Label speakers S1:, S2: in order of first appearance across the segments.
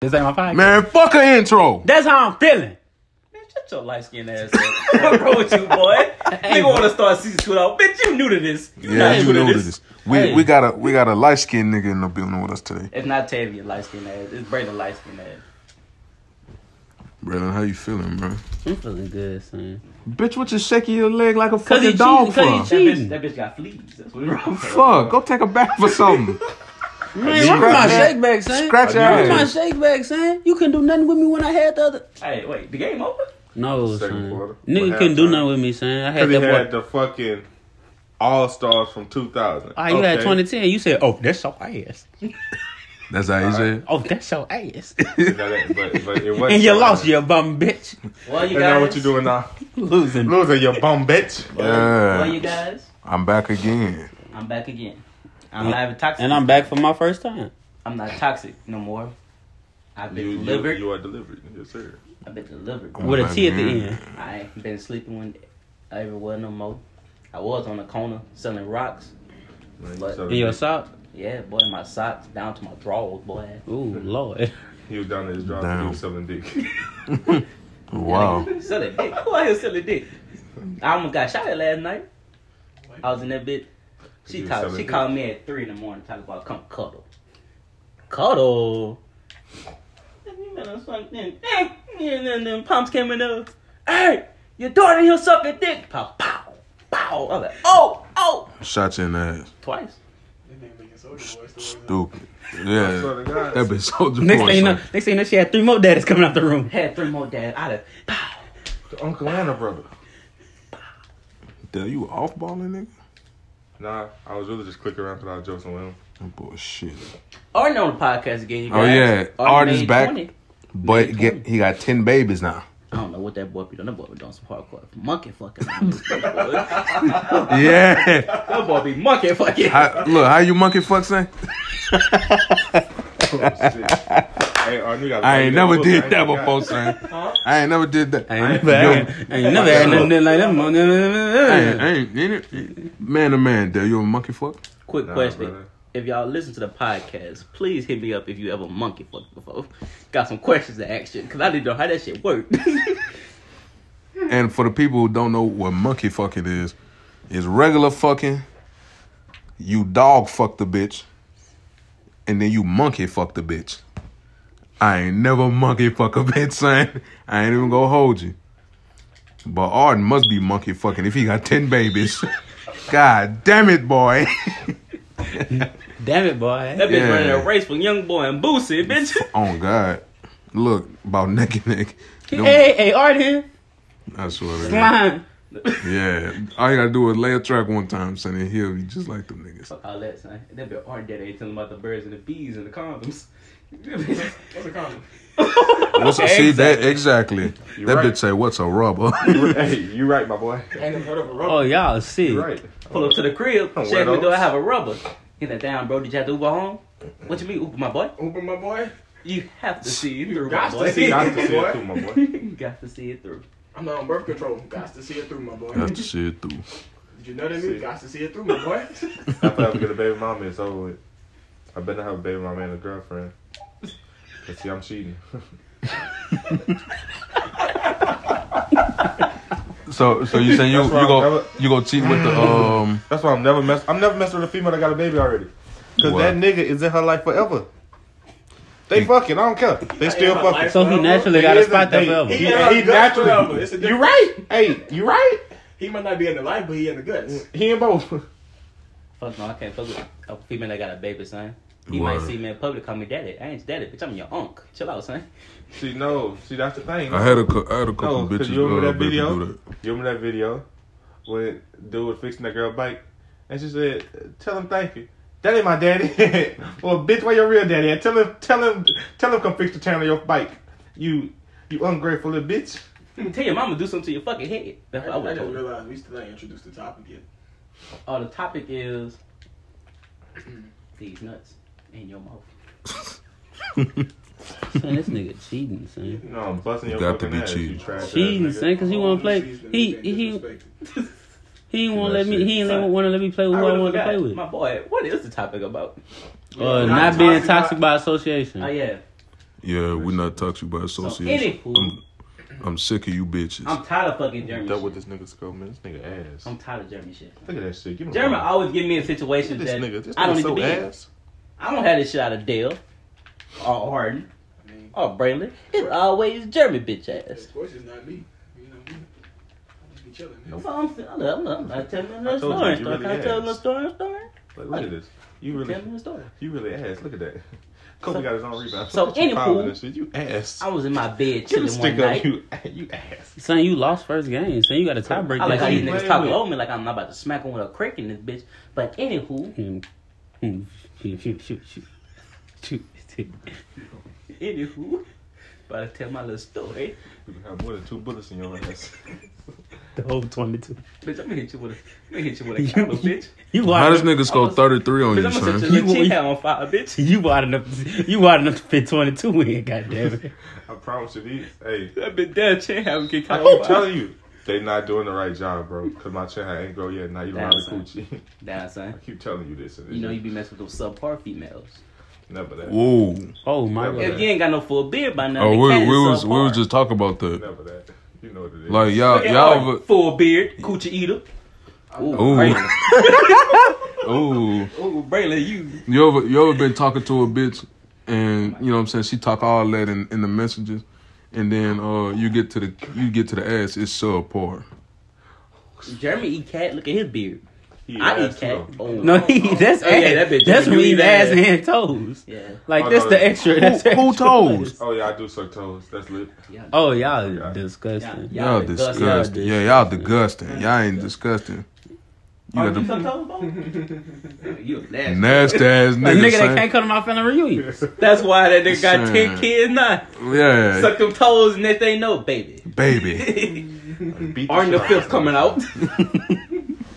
S1: This ain't my podcast.
S2: Man, fuck an intro.
S1: That's how I'm feeling.
S3: Man, shut your light skinned ass up. What's wrong with you, boy? Nigga want to start season two out. Bitch, you new to this. You
S2: Yeah,
S3: not
S2: you know this. We
S3: Hey.
S2: we got a we got a light skinned nigga in the building with us today.
S3: It's not Tavia light skinned ass. It's Brayden light skinned ass.
S2: Braylon, how you feeling, bro?
S1: I'm feeling good, son.
S2: Bitch, what you shaking your leg like a
S1: he
S2: fucking dog
S1: cheating, 'cause
S2: for?
S1: he Jeez.
S3: That bitch, that bitch got fleas. That's what it's wrong with her.
S2: Fuck, go take a bath or something.
S1: Man,
S2: Scratch
S1: run my
S2: that.
S1: shake back, son.
S2: Scratch your
S1: Run my
S2: ass.
S1: shake back, son. You couldn't do nothing with me when I had the other.
S3: Hey, wait, the game over?
S1: No,
S4: Second
S1: son.
S4: quarter.
S1: Nigga
S4: What
S1: couldn't do
S4: halftime?
S1: nothing with me, son. I had
S4: Because he
S1: that
S4: had
S1: boy.
S4: the fucking All Stars from 2000.
S1: Oh, you had
S4: Okay.
S1: 2010. You said, oh, that's your ass.
S2: That's how he said.
S1: Oh, that's your ass.
S4: You know that, but, but it
S1: and
S4: wasn't
S1: you
S4: your
S1: lost,
S4: ass.
S1: you bum bitch.
S3: Well, you
S4: And now what
S3: guys.
S4: you doing now?
S1: Losing.
S4: Losing your bum bitch.
S2: Yeah.
S3: Well, you guys.
S2: I'm back again.
S3: I'm back again. I'm not even toxic.
S1: And I'm back for my first time.
S3: I'm not toxic no more. I've
S4: You,
S3: been
S4: you,
S3: delivered.
S4: you are delivered. Yes, sir.
S3: I've been delivered.
S2: I'm
S1: With a
S2: back
S1: T at the
S4: Mm-hmm.
S2: again.
S1: end.
S3: I ain't been sleeping when everywhere no more. I was on the corner selling rocks. But-
S4: So
S1: In your sock?
S3: Yeah, boy, my socks down to my drawers, boy.
S1: Ooh, Lord.
S4: he was down at his job
S2: Damn.
S4: and he was selling dick.
S2: Wow.
S3: Selling dick. Who out here selling dick? I almost got shot at last night. I was in that bit. She
S4: You
S3: talk,
S4: selling
S3: she
S4: dick?
S3: called me at three in the morning talking about come cuddle. Cuddle. You know something? Hey, and then them pumps came in there. Hey, your daughter here sucking dick. Pow, pow, pow. I'm like, oh, oh,
S2: Shot you in the ass.
S3: twice.
S2: Stupid.
S4: I swear
S2: Yeah.
S4: to God.
S2: That bitch soldier
S1: Next
S2: boy.
S1: thing you know,
S2: son.
S1: next thing you know, she had three more daddies coming out the room.
S3: Had three more dads. I'd have pow.
S4: The Uncle Anna brother.
S2: Tell you off balling nigga?
S4: Nah, I was really just clicking around because I was joking with him.
S2: That bullshit.
S3: Already on the podcast again, you guys.
S2: Oh, yeah.
S3: Already
S2: Art is
S3: made
S2: back.
S3: 20.
S2: But get, he got ten babies now.
S3: I don't know what that boy be doing. That boy be doing some hardcore monkey fucking. that
S2: Yeah.
S3: boy be monkey fucking.
S2: How, look, how you monkey fuck saying?
S4: Oh, shit. hey, Arnie, you gotta
S2: I ain't
S4: tell me
S2: never
S4: book. I
S2: did that
S4: forgot.
S2: before, son. I ain't never did that.
S1: I ain't never had, I ain't never had nothing like
S2: I ain't, I
S1: that.
S2: ain't, ain't it- man to man, Dale, you a monkey fuck?
S3: Quick
S4: Nah,
S3: question.
S4: brother.
S3: If y'all listen to the podcast, please hit me up if you ever monkey fucked before. Got some questions to ask you, because I need to know how that shit worked.
S2: And for the people who don't know what monkey fucking is, is regular fucking. You dog fuck the bitch, and then you monkey fuck the bitch. I ain't never monkey fuck a bitch, son. I ain't even gonna hold you. But Arden must be monkey fucking if he got ten babies. God damn it, boy.
S1: Damn it, boy.
S3: that bitch
S2: Yeah.
S3: running a race for young boy and Boosie, bitch.
S2: oh God. Look about neck and neck. Them-
S1: Hey, hey, Art here.
S2: I swear to God.
S1: Slime.
S2: Yeah, all you gotta do is lay a track one time, son, and he'll be just like them niggas.
S3: Fuck all that, son. That bitch Art Daddy ain't telling about the birds and the bees and the condoms.
S4: What's a condom?
S2: What's a, see that exactly?
S4: You
S2: that
S4: right.
S2: bitch say, "What's a rubber?"
S4: hey, you right, my boy.
S1: Oh, y'all see.
S4: You right.
S3: Pull up to the crib,
S5: Oh,
S4: Don't
S3: check
S4: wear
S3: me, do I
S4: those.
S3: have a rubber? He's like, damn, bro, did you have to Uber home? What you mean, Uber, my boy?
S5: Uber, my boy.
S3: You have to see it through, my
S5: got to
S3: boy.
S5: see it.
S4: Got to see it too, my boy.
S3: you got to see it through.
S5: I'm not on birth control. Got to see it through, my boy.
S2: That's the shit through.
S5: Did you know that means? Got to see it through, my boy.
S4: After I get a baby mama, it's over with. I better have a baby mama and a girlfriend. But see, I'm cheating.
S2: So, so you saying you you
S4: That's why I'm
S2: go
S4: never-
S2: you go cheat with the um?
S4: That's why I'm never mess. I'm never messing with a female that got a baby already. Cause
S2: Wow.
S4: that nigga is in her life forever. They fucking. I don't care. They still
S5: her
S4: fucking.
S5: life.
S1: So he naturally
S4: It
S1: got a
S4: isn't-
S1: spot there
S4: they-
S1: forever.
S4: He-
S5: in her
S4: he
S5: guts
S4: naturally-
S5: forever. It's a
S4: You
S5: difference.
S4: right? Hey, you right?
S5: He might not be in the life, but he in the guts.
S4: He and both.
S3: Fuck no, I can't fuck with a female that got a baby, son. You
S2: Word.
S3: might see me in public call me daddy. I ain't daddy, bitch. I'm your unk. Chill out, son.
S4: See, no. See, that's the thing.
S2: I had a cou- I had a couple
S4: No,
S2: bitches
S4: because Oh, you remember
S2: uh,
S4: that
S2: baby
S4: video?
S2: do that.
S4: You remember that video when dude was fixing that girl bike, and she said, "Tell him thank you." That ain't my daddy. well, bitch, where your real daddy at? Tell him, tell him, tell him, come fix the channel of your bike. You, you ungrateful little bitch.
S3: Tell your mama do something to your fucking head. That's what I
S5: I, I
S3: would
S5: just
S3: told her.
S5: realized we still ain't introduced the topic yet.
S3: Oh, the topic is these nuts in your mouth.
S1: Son, this nigga cheating, son.
S4: No, I'm busting your
S2: got to
S4: fucking
S2: be
S4: ass.
S2: cheating.
S4: You trash ass
S1: Cheating,
S4: nigga.
S1: son, because he want to play.
S5: She's been
S1: He
S5: being
S1: he
S5: disrespected.
S1: he ain't want to let me. He ain't
S3: Son.
S1: want to let me play with who I
S3: would've
S1: wanted to
S3: forgot.
S1: play with.
S3: My boy, what is the topic about?
S1: Uh,
S5: Not
S1: not being
S5: toxic
S1: toxic
S5: by-
S1: by association.
S3: Oh yeah,
S2: Yeah, we not toxic by
S3: So
S2: association.
S3: anywho,
S2: I'm sick of you bitches.
S3: I'm tired of fucking German.
S4: Double
S3: Shit.
S4: this nigga's go, man. This nigga ass.
S3: I'm tired of German shit.
S4: Look at that shit. Give him a
S3: German
S4: round.
S3: always give me in
S4: Look at
S3: situations
S4: this
S3: that
S4: nigga. This
S3: I don't
S4: nigga
S3: need to
S4: so
S3: be in.
S4: ass.
S3: I don't have this shit out of Dale or Harden or Braylon. It's always German bitch ass.
S5: Of course, it's not me. You know me. I just be chilling. man.
S4: Nope.
S3: So I'm, I'm, I'm, I'm, I'm telling you
S4: I
S3: another
S4: told you,
S3: story.
S4: you
S3: story. Can
S4: really
S3: I tell
S4: ass.
S3: another story? story?
S4: Like, look at this. You
S3: Tell
S4: really,
S3: me a story.
S4: you really ass. Look at that. Kobe
S3: So-
S4: got his own rebound.
S3: so
S4: Look at you
S3: anywho-
S4: fouling and shit. You ass.
S3: I was in my bed
S4: Give him
S3: chilling
S4: a
S3: one
S4: stick
S3: night.
S4: up. You, you ass.
S1: Saying you lost first game, saying you got a tiebreaker.
S3: I like how
S4: Who
S3: you
S4: you
S3: niggas
S4: playing
S3: talk
S4: with?
S3: low me like I'm not about to smack him with a crick in this bitch. But anywho,
S1: Hmm. Hmm. Shoot, shoot, shoot, shoot. Shoot.
S3: anywho, about to tell my little story.
S4: You can have more than two bullets in your ass.
S1: The whole 22.
S3: Bitch, I'm gonna hit you with a, I'm gonna hit you with a camera, bitch.
S1: You
S2: How
S1: wide,
S2: does
S1: enough,
S2: niggas score
S3: I'm a-
S2: 33 on
S3: Bitch,
S2: you,
S3: I'm gonna set
S2: son?
S3: your little
S1: You-
S3: chin hair on fire, bitch.
S1: you wide enough. You wide enough to fit 22 in, goddamn it.
S4: I promise you these. Hey,
S3: That bitch, that chin hair would get caught
S4: I keep
S3: on fire.
S4: telling you, they not doing the right job, bro. Cause my chin hair ain't grow yet. Now you around the
S3: Damn,
S4: coochie.
S3: Nah, son.
S4: I keep telling you this. And
S3: You know you
S4: you
S3: be messing with those subpar females.
S4: never that.
S2: Whoa.
S1: Oh, my
S4: Yeah.
S1: God.
S3: If you ain't got no full beard by now,
S2: Oh,
S3: the
S2: we,
S3: cat is
S2: we was we
S3: subpar.
S2: was just talking about that.
S4: Never that. You know what it is.
S2: Like
S3: Look
S2: y'all
S3: at
S2: y'all
S3: Ari, full beard, coochie eater. Ooh,
S2: Ooh.
S3: Braylon,
S2: oh
S3: ooh, Braylon, you
S2: you ever you ever been talking to a bitch and you know what I'm saying she talk all that in, in the messages and then uh you get to the you get to the ass it's subpar.
S3: Jeremy eat cat. Look at his beard.
S4: He
S3: I
S4: ass,
S3: eat cat.
S4: though.
S3: Oh
S1: No, he, that's
S3: Oh, yeah,
S1: ass.
S3: that bitch-
S1: that's
S3: you
S1: when
S3: eat
S1: he's ass
S3: ass.
S1: and toes.
S3: Yeah.
S1: Like
S4: Oh,
S1: that's
S4: no,
S1: the
S4: no.
S1: extra.
S2: Who-
S1: that's the
S2: who
S1: extra
S2: toes?
S1: lettuce.
S4: Oh yeah, I do suck toes. That's lit.
S1: Oh, y'all
S4: Yeah.
S1: disgusting.
S3: Yeah.
S2: Y'all
S3: Y'all
S2: disgusting.
S1: disgusting.
S2: Yeah, y'all disgusting. Y'all ain't disgusting. You
S3: Are
S2: got
S3: Oh, you some
S2: the
S3: toes, bone? You a nasty.
S2: nasty ass
S1: A
S2: nigga.
S1: nigga that
S2: son.
S1: can't come to my family reunion.
S3: That's why that nigga got
S2: Son.
S3: ten kids now.
S2: Yeah,
S3: Suck them toes and next thing you know, baby.
S2: baby.
S4: Beat
S3: Arn the
S4: shit out
S3: fifth
S4: of
S3: coming
S4: him.
S3: out.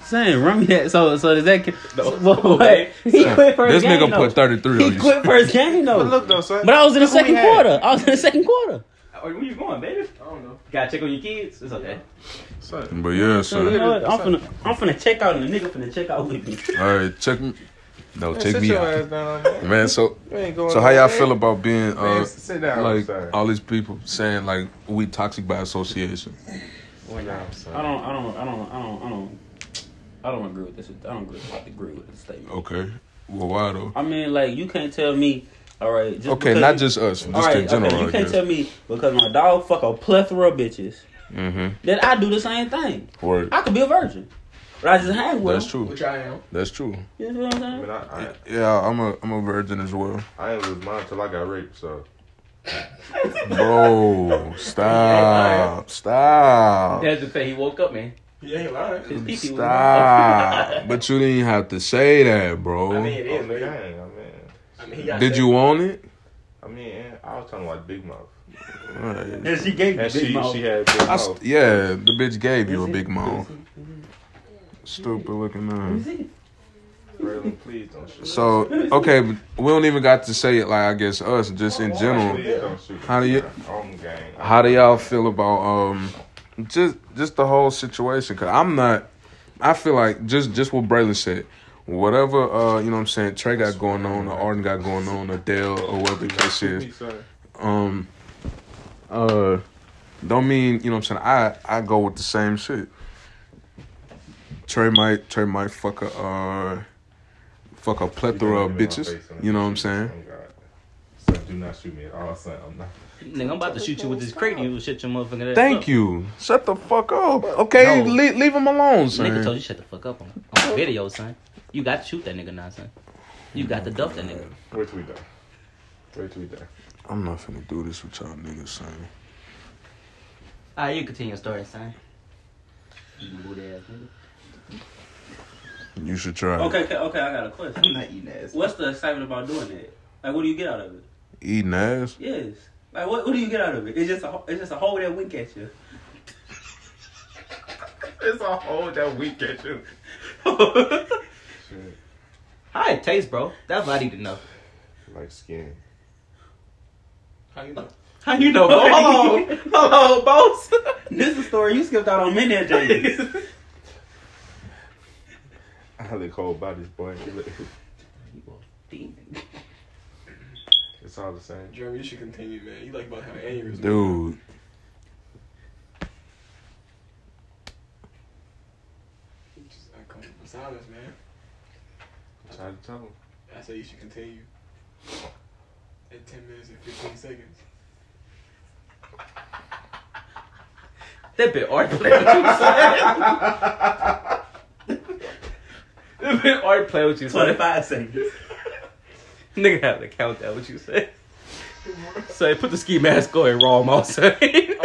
S1: Saying Rummy had so so does that?
S4: No.
S1: Well, what? He quit first
S2: This
S1: game.
S2: nigga
S1: though.
S2: put 33 on
S1: he
S2: you.
S1: quit first game though.
S4: But look though, son.
S1: But I was in the
S4: Look what we
S1: second
S4: had.
S1: quarter. I was in the second quarter.
S3: Oh, Where you going, baby?
S5: I don't know.
S3: Gotta check on your kids. It's okay.
S4: Son,
S2: But yeah,
S1: So you
S2: son.
S1: know what? I'm finna I'm finna check out and the nigga finna check out with me.
S2: All right, check me. No,
S4: man,
S2: check
S4: sit
S2: me
S4: your
S2: out,
S4: ass down, man.
S2: man. So,
S4: You ain't going
S2: so how y'all
S4: nowhere.
S2: feel about being
S4: Man,
S2: uh,
S4: sit down.
S2: like uh,
S4: son.
S2: all these people saying like we toxic by association?
S4: Sit down, son.
S1: I don't I don't I don't I don't I don't I don't agree with this. I don't agree with, agree with this statement.
S2: Okay, well, why though?
S1: I mean, like you can't tell me. All right. Just
S2: Okay,
S1: because
S2: not
S1: you-
S2: just us, just
S1: All
S2: in
S1: right.
S2: general.
S1: okay, you
S2: I
S1: can't
S2: guess.
S1: tell me because my dog fuck a plethora of bitches
S2: Mm-hmm.
S1: that I do the same thing.
S2: Right.
S1: I could be a virgin, but I just hang with
S2: That's
S1: them.
S2: true.
S5: Which I am.
S2: That's true.
S1: You know what I'm
S4: I
S1: saying?
S4: mean, I, I,
S2: Yeah, I'm a I'm a virgin as well,
S4: I ain't lose mine until I got raped. So
S2: bro. Stop, stop.
S3: That's the fact he woke up, man.
S5: He ain't lying.
S3: His pee pee was
S2: Stop. but you didn't have to say that, bro.
S5: I mean, it
S4: it is
S5: is.
S4: the
S5: man.
S4: gang. Oh, I mean,
S5: I mean, he got
S2: Did
S5: that-
S2: you want it?
S4: I mean, I was talking like big mouth.
S2: Alright.
S1: And she gave me
S4: And
S1: big
S4: she,
S1: mouth.
S4: she had big
S2: I st-
S4: mouth.
S2: yeah, the bitch gave you a
S1: Is it-
S2: big mouth. Stupid looking man.
S4: Braylon, please don't shoot.
S2: So okay, but we don't even got to say it like I guess us just in general.
S4: Please don't shoot.
S2: How do you-
S4: Home gang.
S2: How do y'all feel about um just just the whole situation? Cause I'm not. I feel like just just what Braylon said. Whatever uh you know what I'm saying Trey got going on or Arden got going on or Dale or whatever the case is.
S4: Me, son.
S2: um uh don't mean you know what I'm saying I I go with the same shit. Trey might Trey might fuck a uh fuck a plethora of
S4: Give me my face
S2: bitches.
S4: on
S2: You know
S4: that
S2: what I'm
S4: shit.
S2: saying?
S4: Oh, God. Son, do not shoot me at all, son. I'm not.
S3: Nigga, I'm about to shoot you with this crate. You shit your motherfucking ass
S2: Thank
S3: up.
S2: you. Shut the fuck up. Okay,
S3: No.
S2: le- leave, him alone,
S3: Nigga told
S2: son.
S3: you shut the fuck up on, on video, son. You got to shoot that nigga now, son. You got to duff that nigga.
S4: Wait till we die. Wait till we die.
S2: I'm not finna do this with y'all niggas, son.
S3: Ah, you continue your story, son. You booty ass nigga.
S2: You should try
S1: Okay, okay, okay, I got a question.
S3: not eating ass.
S1: What's the excitement about doing that? Like, what do you get out of it?
S2: eating ass.
S1: Yes. Like, what, what do you get out of it? It's just a, it's just a hole that wink at you.
S4: It's a whole that week at you. Shit.
S3: How it tastes, bro? That's what I need to know.
S4: Like skin.
S5: How you know?
S3: How you know, bro? Hold on, hold on, boss.
S1: This is a story you skipped out on many a days.
S4: I look cold bodies, boy. You look-
S3: Demon.
S4: It's It's all the same.
S5: Jeremy, you should continue, man. You like about how aneurysm.
S2: Dude.
S5: Just, I come from silence, man.
S4: I'm trying to tell him.
S5: I say you should continue. At 10 minutes and 15 seconds.
S3: That bit art play what you said. that bit art play what you said.
S1: 25 seconds.
S3: Nigga have to count that what you said. Say, put the ski mask on and raw moss.
S5: I'm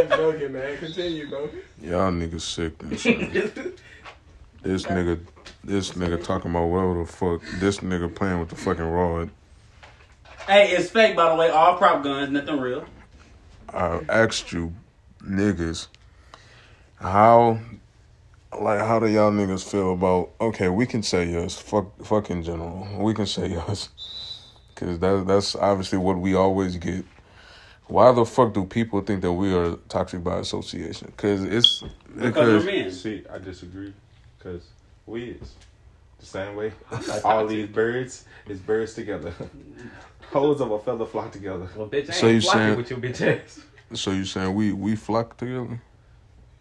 S5: joking, man. Continue, bro.
S2: Y'all niggas sick. and shit. this nigga, this nigga talking about whatever the fuck. This nigga playing with the fucking rod.
S1: Hey, it's fake, by the way. All prop guns, nothing real.
S2: I asked you, niggas, how, like, how do y'all niggas feel about? Okay, we can say yes. Fuck, fucking general. We can say yes, cause that that's obviously what we always get. Why the fuck do people think that we are toxic by association? Cause it's
S1: Because we're men.
S4: See, I disagree because we is the same way. All these birds is birds together. Holes of a feather flock together.
S3: Well, bitch, I
S2: So you
S3: ain't flocking
S2: saying-
S3: with your bitch ass.
S2: So you saying we we flock together?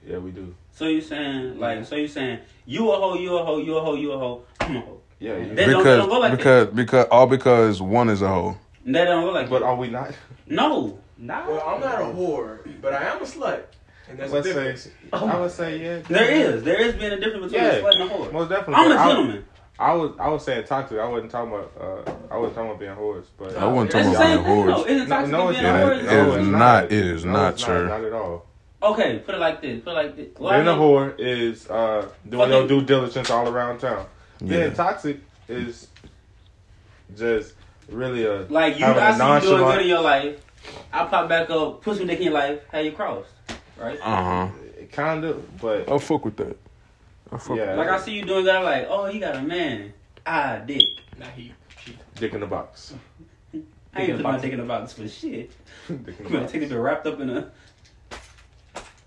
S4: Yeah, we do.
S1: So you saying, like, so you saying, you a hoe, you a hoe, you a hoe, you a hoe, I'm a hoe.
S4: Yeah, you
S1: They don't- they
S2: because
S1: don't go like
S2: because because all because one is a hoe.
S1: And That don't look like
S4: But are we not?
S1: No.
S3: Nah.
S5: Well, I'm not a whore, but I am a slut. And that's
S4: Let's
S5: a
S4: say,
S5: difference.
S4: I would say yeah.
S1: There is. There is being a difference between
S4: Yeah,
S1: a slut and a whore.
S4: most definitely.
S1: I'm a
S4: but I-
S1: gentleman.
S4: I was I was saying toxic. I wasn't talking about uh I wasn't talking about being whores, but
S2: I wasn't
S1: That's
S2: talking
S1: the
S2: about
S1: same
S2: being
S1: thing, though.
S2: whores.
S1: Isn't toxic being a
S2: not.
S1: whore?
S2: It
S1: is-
S2: is not. It is
S4: No,
S2: not,
S4: it's
S2: sir.
S4: Not at all.
S1: Okay, put it like this. Put it like this. Well, I
S4: Being a
S1: mean-
S4: whore is uh doing your
S1: Fucking-
S4: due diligence all around town.
S2: Yeah.
S4: Being toxic is just really a
S1: Like you,
S4: having a
S1: I see you doing
S4: nonchalant-
S1: good in your life. I pop back up, put some dick in your life. How you crossed, right?
S2: Uh huh.
S4: kind of, but
S2: I fuck with that. I fuck
S4: Yeah.
S1: Like I see you doing good. I'm like, oh, he got a man. Ah, dick.
S5: Not he. She.
S4: dick in the box.
S1: I ain't put my dick in the box for shit.
S4: Dick in
S1: I'm
S4: the
S1: gonna
S4: box.
S1: take it to wrapped up in a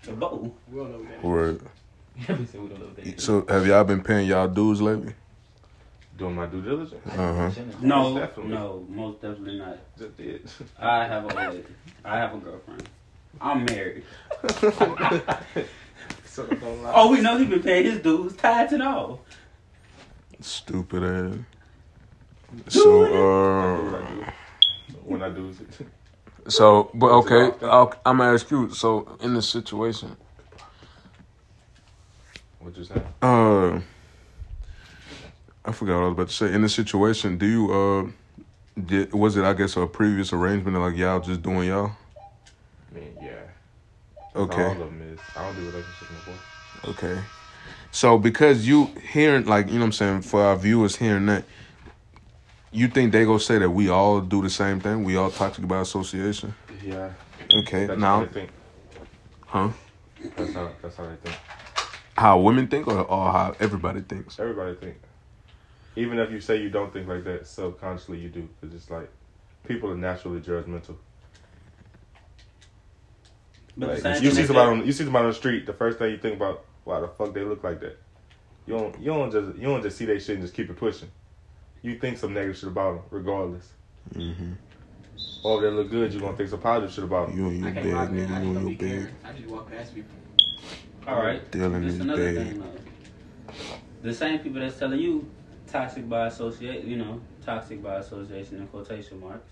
S1: a bow.
S5: We don't know that.
S2: with
S3: Obviously, we don't know
S2: that.
S3: that.
S2: So have y'all been paying y'all dues lately?
S4: Doing my due diligence.
S2: Uh huh.
S1: No,
S4: Most definitely.
S1: no, most definitely not.
S4: Just did.
S1: I have a wife. I have a girlfriend. I'm married.
S4: so don't lie.
S1: Oh, we know he been paying his dues, tithes and all.
S2: Stupid ass.
S1: Dude.
S4: When
S2: So uh,
S4: I do- When I do it.
S2: so but
S4: Is it
S2: okay,
S4: locked
S2: I'll, I'm gonna ask you. So in this situation,
S4: What you saying?
S2: uh, I forgot what I was about to say. In this situation, do you uh, did was it I guess a previous arrangement of, like y'all just doing y'all?
S4: I mean, yeah. All
S2: Okay.
S4: of them is. I don't do relationships no more.
S2: Okay. So because you hearing like you know what I'm saying for our viewers hearing that, you think they gonna say that we all do the same thing? We all toxic by association?
S4: Yeah.
S2: Okay.
S4: That's how
S2: now,
S4: they think.
S2: huh?
S4: That's how. That's how they think.
S2: How women think or, or how everybody thinks?
S4: Everybody think. Even if you say you don't think like that, subconsciously you do. Cause it's like people are naturally judgmental.
S1: But the
S4: Like,
S1: same thing
S4: you see
S1: is
S4: somebody
S1: that-
S4: on you see somebody on the street, the first thing you think about, why the fuck they look like that? You don't you don't just you don't just see they shit and just keep it pushing. You think some negative shit about them, regardless.
S2: Mm-hmm.
S4: Or if they look good, you gonna think some positive shit about them.
S2: You and
S5: I
S2: your
S5: can't
S2: bag,
S5: rock, man. I
S2: nigga. You and
S5: just don't be
S2: your bag.
S5: caring. I just walk past people.
S1: All right.
S2: Dealing
S1: This
S2: is
S1: another
S2: bad.
S1: thing, though. The same people that's telling you toxic by association, you know, toxic by association in quotation marks.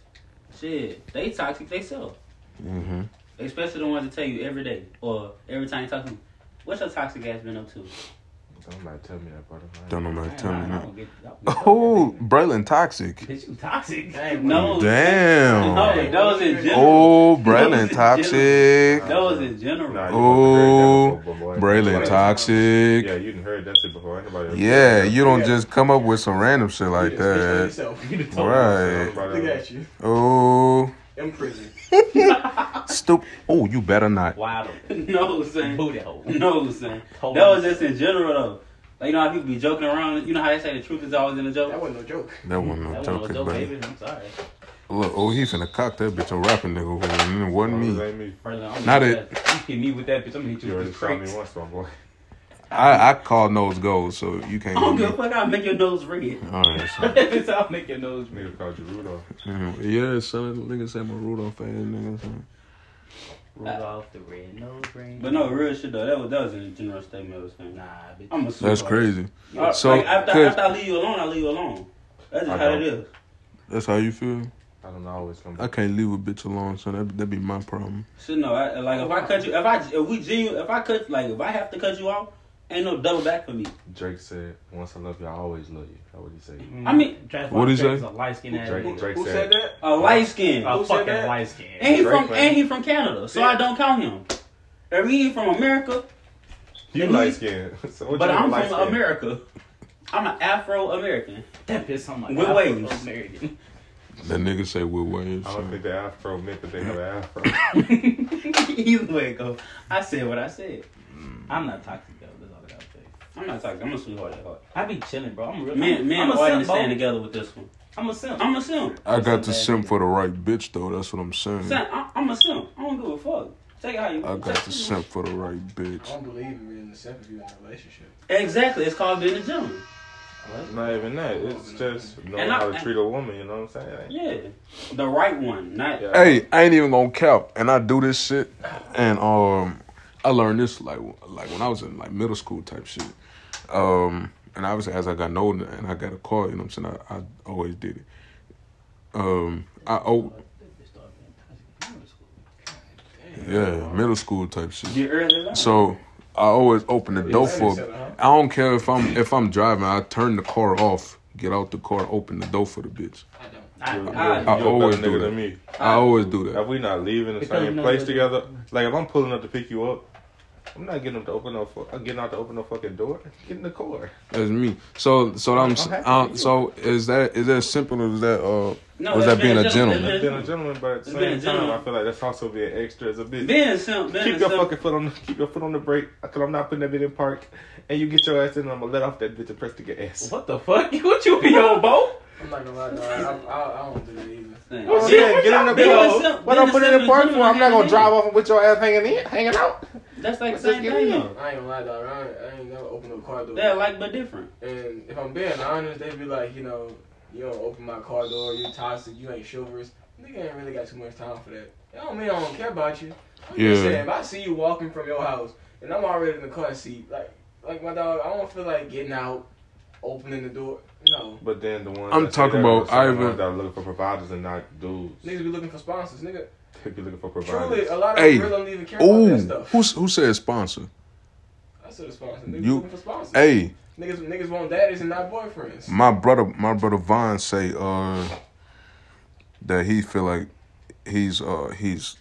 S1: Shit, they toxic themselves.
S2: Mm-hmm.
S1: Especially the ones that tell you every day or every time you talk to them, what's your toxic ass been up to?
S4: Don't nobody tell me that, brother.
S2: Don't nobody tell me
S1: I
S2: that.
S1: don't get- I don't get-
S2: Oh, Braylon toxic.
S3: Bitch, you toxic.
S1: No, no,
S2: Damn.
S1: those in general.
S2: Oh, Braylon toxic.
S1: Those in general.
S4: Nah, you
S2: Oh,
S4: must have heard that before, boy.
S2: Braylon
S4: Like, Yeah,
S2: toxic.
S4: you didn't heard that shit before. Ain't nobody ever
S2: Yeah,
S4: heard that.
S2: you don't just come up with some random shit like
S5: you just
S2: that.
S5: picture yourself.
S3: You the toxic.
S2: Right.
S4: Nobody
S5: Look
S4: ever-
S5: at you.
S2: Oh,
S5: In prison.
S2: stupid. Oh, you better not.
S3: Wild
S1: No, son.
S3: booty hole.
S1: No, son. That
S3: Told
S1: was
S3: you.
S1: just in general, though. Like, you know how people be joking around? You know how they say the truth is always in a
S5: That
S1: joke?
S5: wasn't no joke.
S2: That wasn't no
S3: That one was
S2: joke,
S3: dope,
S2: buddy.
S3: baby. I'm sorry.
S2: Look, oh, he finna cock that bitch a rapping nigga. when It wasn't
S4: As long as
S2: me.
S4: ain't me.
S3: Brother,
S2: Not
S3: I'm gonna hit that- You hit me with that bitch. I'm gonna hit you with
S4: You already
S3: the
S4: saw me
S3: crates.
S4: once, my boy.
S2: I, I call nose gold, so you can't.
S1: I don't give
S2: get
S1: a
S2: me-
S1: fuck. I'll make your nose red.
S2: All right. So,
S1: Every time I make your nose red.
S4: Nigga called you Rudolph.
S2: Mhm. yeah, son, nigga say my Rudolph ass nigga. son.
S3: Rudolph the red nose ring.
S1: But no, real shit though. That was that was a general statement I was saying.
S3: nah,
S1: Nah,
S3: bitch.
S1: I'm a super.
S2: That's crazy. So,
S1: so like, after,
S2: cause-
S1: after I leave you alone, I leave you alone. That's just
S4: I
S1: how it
S4: don't.
S1: is.
S2: That's how you feel.
S4: I don't know. I always come.
S2: I can't leave a bitch alone, so that that be my problem.
S1: So no, I, like if I cut you, if I if we genuine, if I cut like if I have to cut you off, ain't no double back for me.
S4: Drake said, "Once I love you, I always love you." That's what he said.
S3: Mm.
S1: I mean-
S3: Drake
S2: What'd he
S3: Drake
S2: say?
S3: is a light skin ass.
S4: Drake-
S3: nigga.
S4: Drake
S5: Who
S4: said-
S5: said that?
S1: A light skin,
S3: A
S5: Who said
S3: fucking
S5: that?
S3: light skin.
S1: and he
S4: Drake,
S1: from
S4: man.
S1: and he from Canada, so I don't count him. I mean, he from America,
S4: You
S1: And
S4: light
S1: he-
S4: skinned. So what
S1: but
S4: you
S1: I'm
S4: mean light
S1: from
S4: skin?
S1: America. I'm an Afro American.
S3: That bitch on my
S1: With waves.
S3: American.
S2: That nigga say what way?
S4: I don't think the afro meant that they have an afro.
S1: Either way it goes, I said what I said.
S3: I'm not toxic though. That's all I gotta say.
S1: I'm not talking. I'm a sweetheart at heart.
S3: I be chilling, bro. I'm real.
S1: Man, man,
S3: I'm
S1: all
S3: a
S1: to
S3: simp, bro.
S1: stand together with this one.
S3: I'm a simp.
S1: I'm a simp.
S2: I got the sim for the right bitch though. That's what I'm saying.
S1: Simp, I, I'm a simp. I don't give a fuck. Take it how you
S2: I
S1: want.
S2: got the simp for the right
S5: I
S2: bitch.
S5: don't believe in being the simp if you're in a relationship.
S1: Exactly. It's called being a gentleman.
S4: Not even that. It's just knowing
S1: And I-
S4: how to treat a woman. You know what I'm saying?
S1: Yeah, the right one, not
S4: Yeah.
S2: Hey, I ain't even gonna cap, and I do this shit, and um, I learned this like like when I was in like middle school type shit, um, and obviously as I got older and I got a car, you know what I'm saying, I, I always did it. Um, I oh yeah, middle school type shit.
S1: the early line.
S2: So I always open the door for.
S5: Said, uh-huh. huh?
S2: I don't care if I'm if I'm driving. I turn the car off, get out the car, open the door for the bitch.
S5: I don't.
S1: I,
S2: uh,
S4: You're,
S1: I,
S4: you're a better
S2: always
S4: nigga
S2: do
S4: than me.
S2: I always do
S4: If
S2: that.
S4: we not leaving the
S3: Because
S4: same
S3: none
S4: place
S3: of-
S4: together, like if I'm pulling up to pick you up, I'm not getting up to open no. fu- I'm getting out to open no fucking door. Get in the car.
S2: That's me. So so I'm s-
S4: Okay.
S2: um, so is that is that simple or is that uh
S1: no,
S2: was that
S1: that's
S2: being a
S1: that's
S2: gentleman?
S1: that's
S4: Being a gentleman, but at the
S1: It's being a
S4: same time,
S1: gentleman.
S4: I feel like that's also being extra as a bitch.
S1: Being a simp, being
S4: Keep
S1: a
S4: your
S1: simp.
S4: fucking foot on the keep your foot on the brake, cause I'm not putting that bitch in park. And you get your ass in, and I'm gonna let off that bitch and press to get ass.
S3: What the fuck? What you be on, Bo?
S5: I'm not gonna lie, dog. I, I, I don't do that either.
S1: thing.
S4: Oh,
S3: shit,
S4: yeah, get in the
S1: being a
S4: car.
S1: simp-
S4: What
S1: being
S4: I'm
S1: a
S4: putting
S1: simp
S4: in
S1: is
S4: park
S1: doing
S4: for? I'm not gonna
S1: anything.
S4: drive off with your ass hanging in, hanging out.
S1: That's like the
S4: Let's just
S1: same
S4: get
S1: thing
S4: in.
S1: though.
S5: I ain't gonna lie, dog. I ain't, I ain't never opened up car door.
S1: They're like but different.
S5: And if I'm being honest, they be like, you know, you don't open my car door, you toxic, you ain't chivalrous. Nigga ain't really got too much time for that. That don't mean I don't care about you. I'm just
S2: Yeah.
S5: saying, if I see you walking from your house and I'm already in the car seat, like, like my dog, I don't feel like getting out, opening the door. No.
S4: But then the ones
S2: I'm
S4: that say
S2: talking
S4: that are
S2: about
S4: the same
S2: Ivan.
S4: ones that are looking for providers and not dudes.
S5: Niggas be looking for sponsors, nigga.
S4: They be looking for providers.
S5: Truly, uh, a lot of
S2: Hey.
S5: people don't even care about
S2: Ooh,
S5: that stuff.
S2: who s- who said sponsor?
S5: I said a sponsor. Niggas
S2: You-
S5: looking for sponsors.
S2: Hey, Mm,
S5: Niggas, niggas want daddies and not boyfriends.
S2: my brother my brother Vaughn say uh that he feel like he's uh he's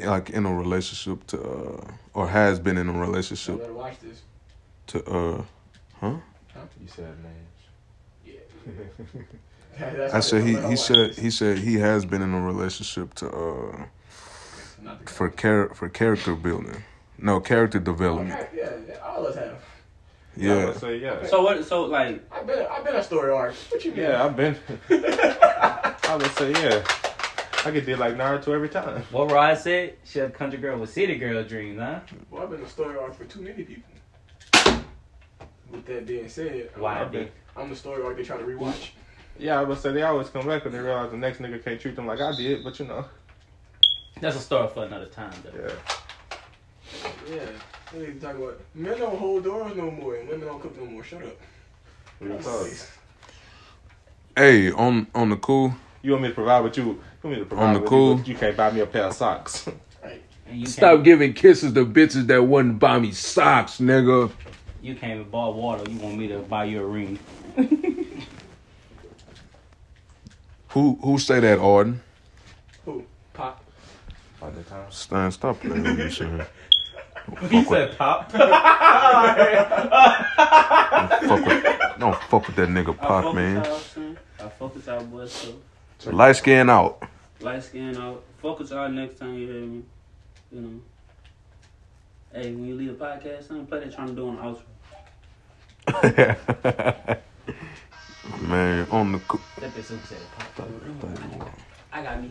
S2: like in a relationship to uh or has been in a
S5: I
S2: relationship
S5: better watch this.
S2: to uh
S4: You said names.
S5: Yeah.
S2: I said he he said he said he has been in a relationship to uh for char- for character building. No, character development.
S5: Yeah, yeah, all us have.
S4: I'm
S2: Yeah.
S4: gonna say yeah.
S1: So what? So like,
S5: I've been, I've been a story arc. What you mean?
S4: Yeah, I've been. I would say yeah. I get did like Naruto every time.
S3: What Rod said? She a country girl with city girl dreams, huh?
S5: Well, I've been a story arc for too many people. With that being said, I'm-
S3: Why?
S4: I've been.
S5: I'm the story arc they try to rewatch.
S4: Yeah, I would say they always come back when they realize the next nigga can't treat them like I did, but you know.
S3: That's a story for another time, though.
S4: Yeah.
S5: Yeah. What are you talking about? Men don't hold doors no more, and women don't cook no more. Shut up.
S4: We were close.
S2: Hey, on on the cool.
S4: You want me to provide what you, you want me to provide
S2: On the
S4: what
S2: cool.
S4: you, but you can't buy me a pair of socks.
S3: And you
S2: Stop
S3: Can't,
S2: giving kisses to bitches that wouldn't buy me socks, nigga.
S3: you can't even buy water. You want me to buy you a ring?
S2: Who who say that, Arden?
S5: Pop.
S4: By the time.
S2: Stan, stop playing with me, son.
S3: he said pop.
S2: Don't fuck with, don't fuck with that nigga
S1: I fuck
S2: Pac,
S1: with
S2: man.
S1: y'all, son. I fuck with y'all boys. So
S2: Light skin out.
S1: light skin out. Fuck with y'all next time you hear me. You know. Hey, when you leave a podcast, son, play that trying to do on the outro.
S2: man, on the cool.
S3: that bitch who said pop.
S1: I got me.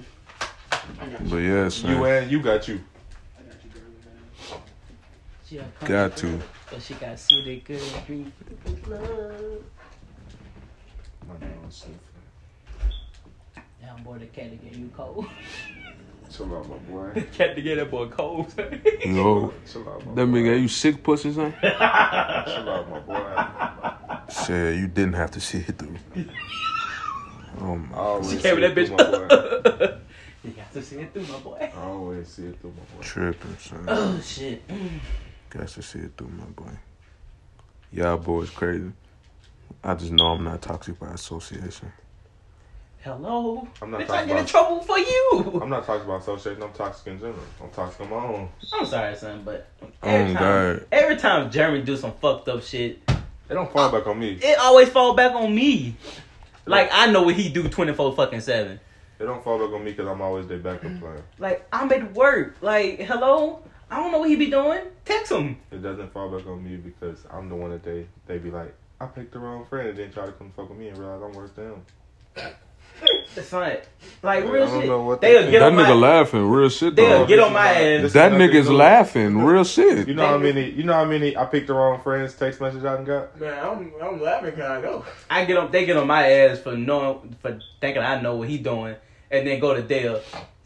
S2: But yeah, son.
S4: You and you got you.
S5: I got you, girl, man.
S3: She a country
S2: Got to.
S3: girl. Cause she got city good drink with love.
S4: My dog sniffing.
S3: Down boy, the cat to get you cold.
S4: Chill out, my boy.
S3: cat to get that boy cold.
S2: No.
S4: Chill out, my
S2: That
S4: boy.
S2: nigga, you sick pussy, son?
S4: Chill out, my boy.
S2: Shit, you didn't have to sit through. Oh my.
S4: I always
S3: she
S4: see
S3: came with that bitch.
S4: it through my boy.
S3: you got to see it through, my boy.
S4: I always see it through my boy.
S2: Tripping, son.
S3: Oh shit.
S2: Got to see it through, my boy. Y'all boys crazy. I just know I'm not toxic by association.
S3: Hello.
S4: I'm not
S3: Bitch, I
S4: talking
S3: get in
S4: about.
S3: trouble for you.
S4: I'm not talking about association. I'm toxic in general. I'm toxic on my own.
S3: I'm sorry, son, but
S2: Oh,
S3: every time,
S2: God.
S3: every time Jeremy do some fucked up shit,
S4: It don't fall back on me.
S3: it always fall back on me. Like I know what he do twenty four fucking seven.
S4: It don't fall back on me because I'm always their backup plan.
S3: Like I'm at work. Like hello, I don't know what he be doing. Text him.
S4: It doesn't fall back on me because I'm the one that they they be like, I picked the wrong friend and then try to come fuck with me and realize I'm worse than them.
S3: That's not like
S4: Man,
S3: real
S4: I don't
S3: shit.
S4: know what
S3: they'll
S4: they
S3: get
S2: That
S3: on
S2: nigga
S3: my
S2: laughing, real shit
S3: they'll
S4: Oh,
S2: though.
S3: get on my
S4: This
S3: ass.
S2: That
S4: nothing
S2: nigga's
S4: to do-
S2: laughing, real
S4: You
S2: shit.
S4: know how many? You know how many? I picked the wrong friends. Text message I done got.
S5: Man, I'm I'm laughing because I know.
S3: I get on. They get on my ass for knowing for thinking I know what he doing, and then go to Dale.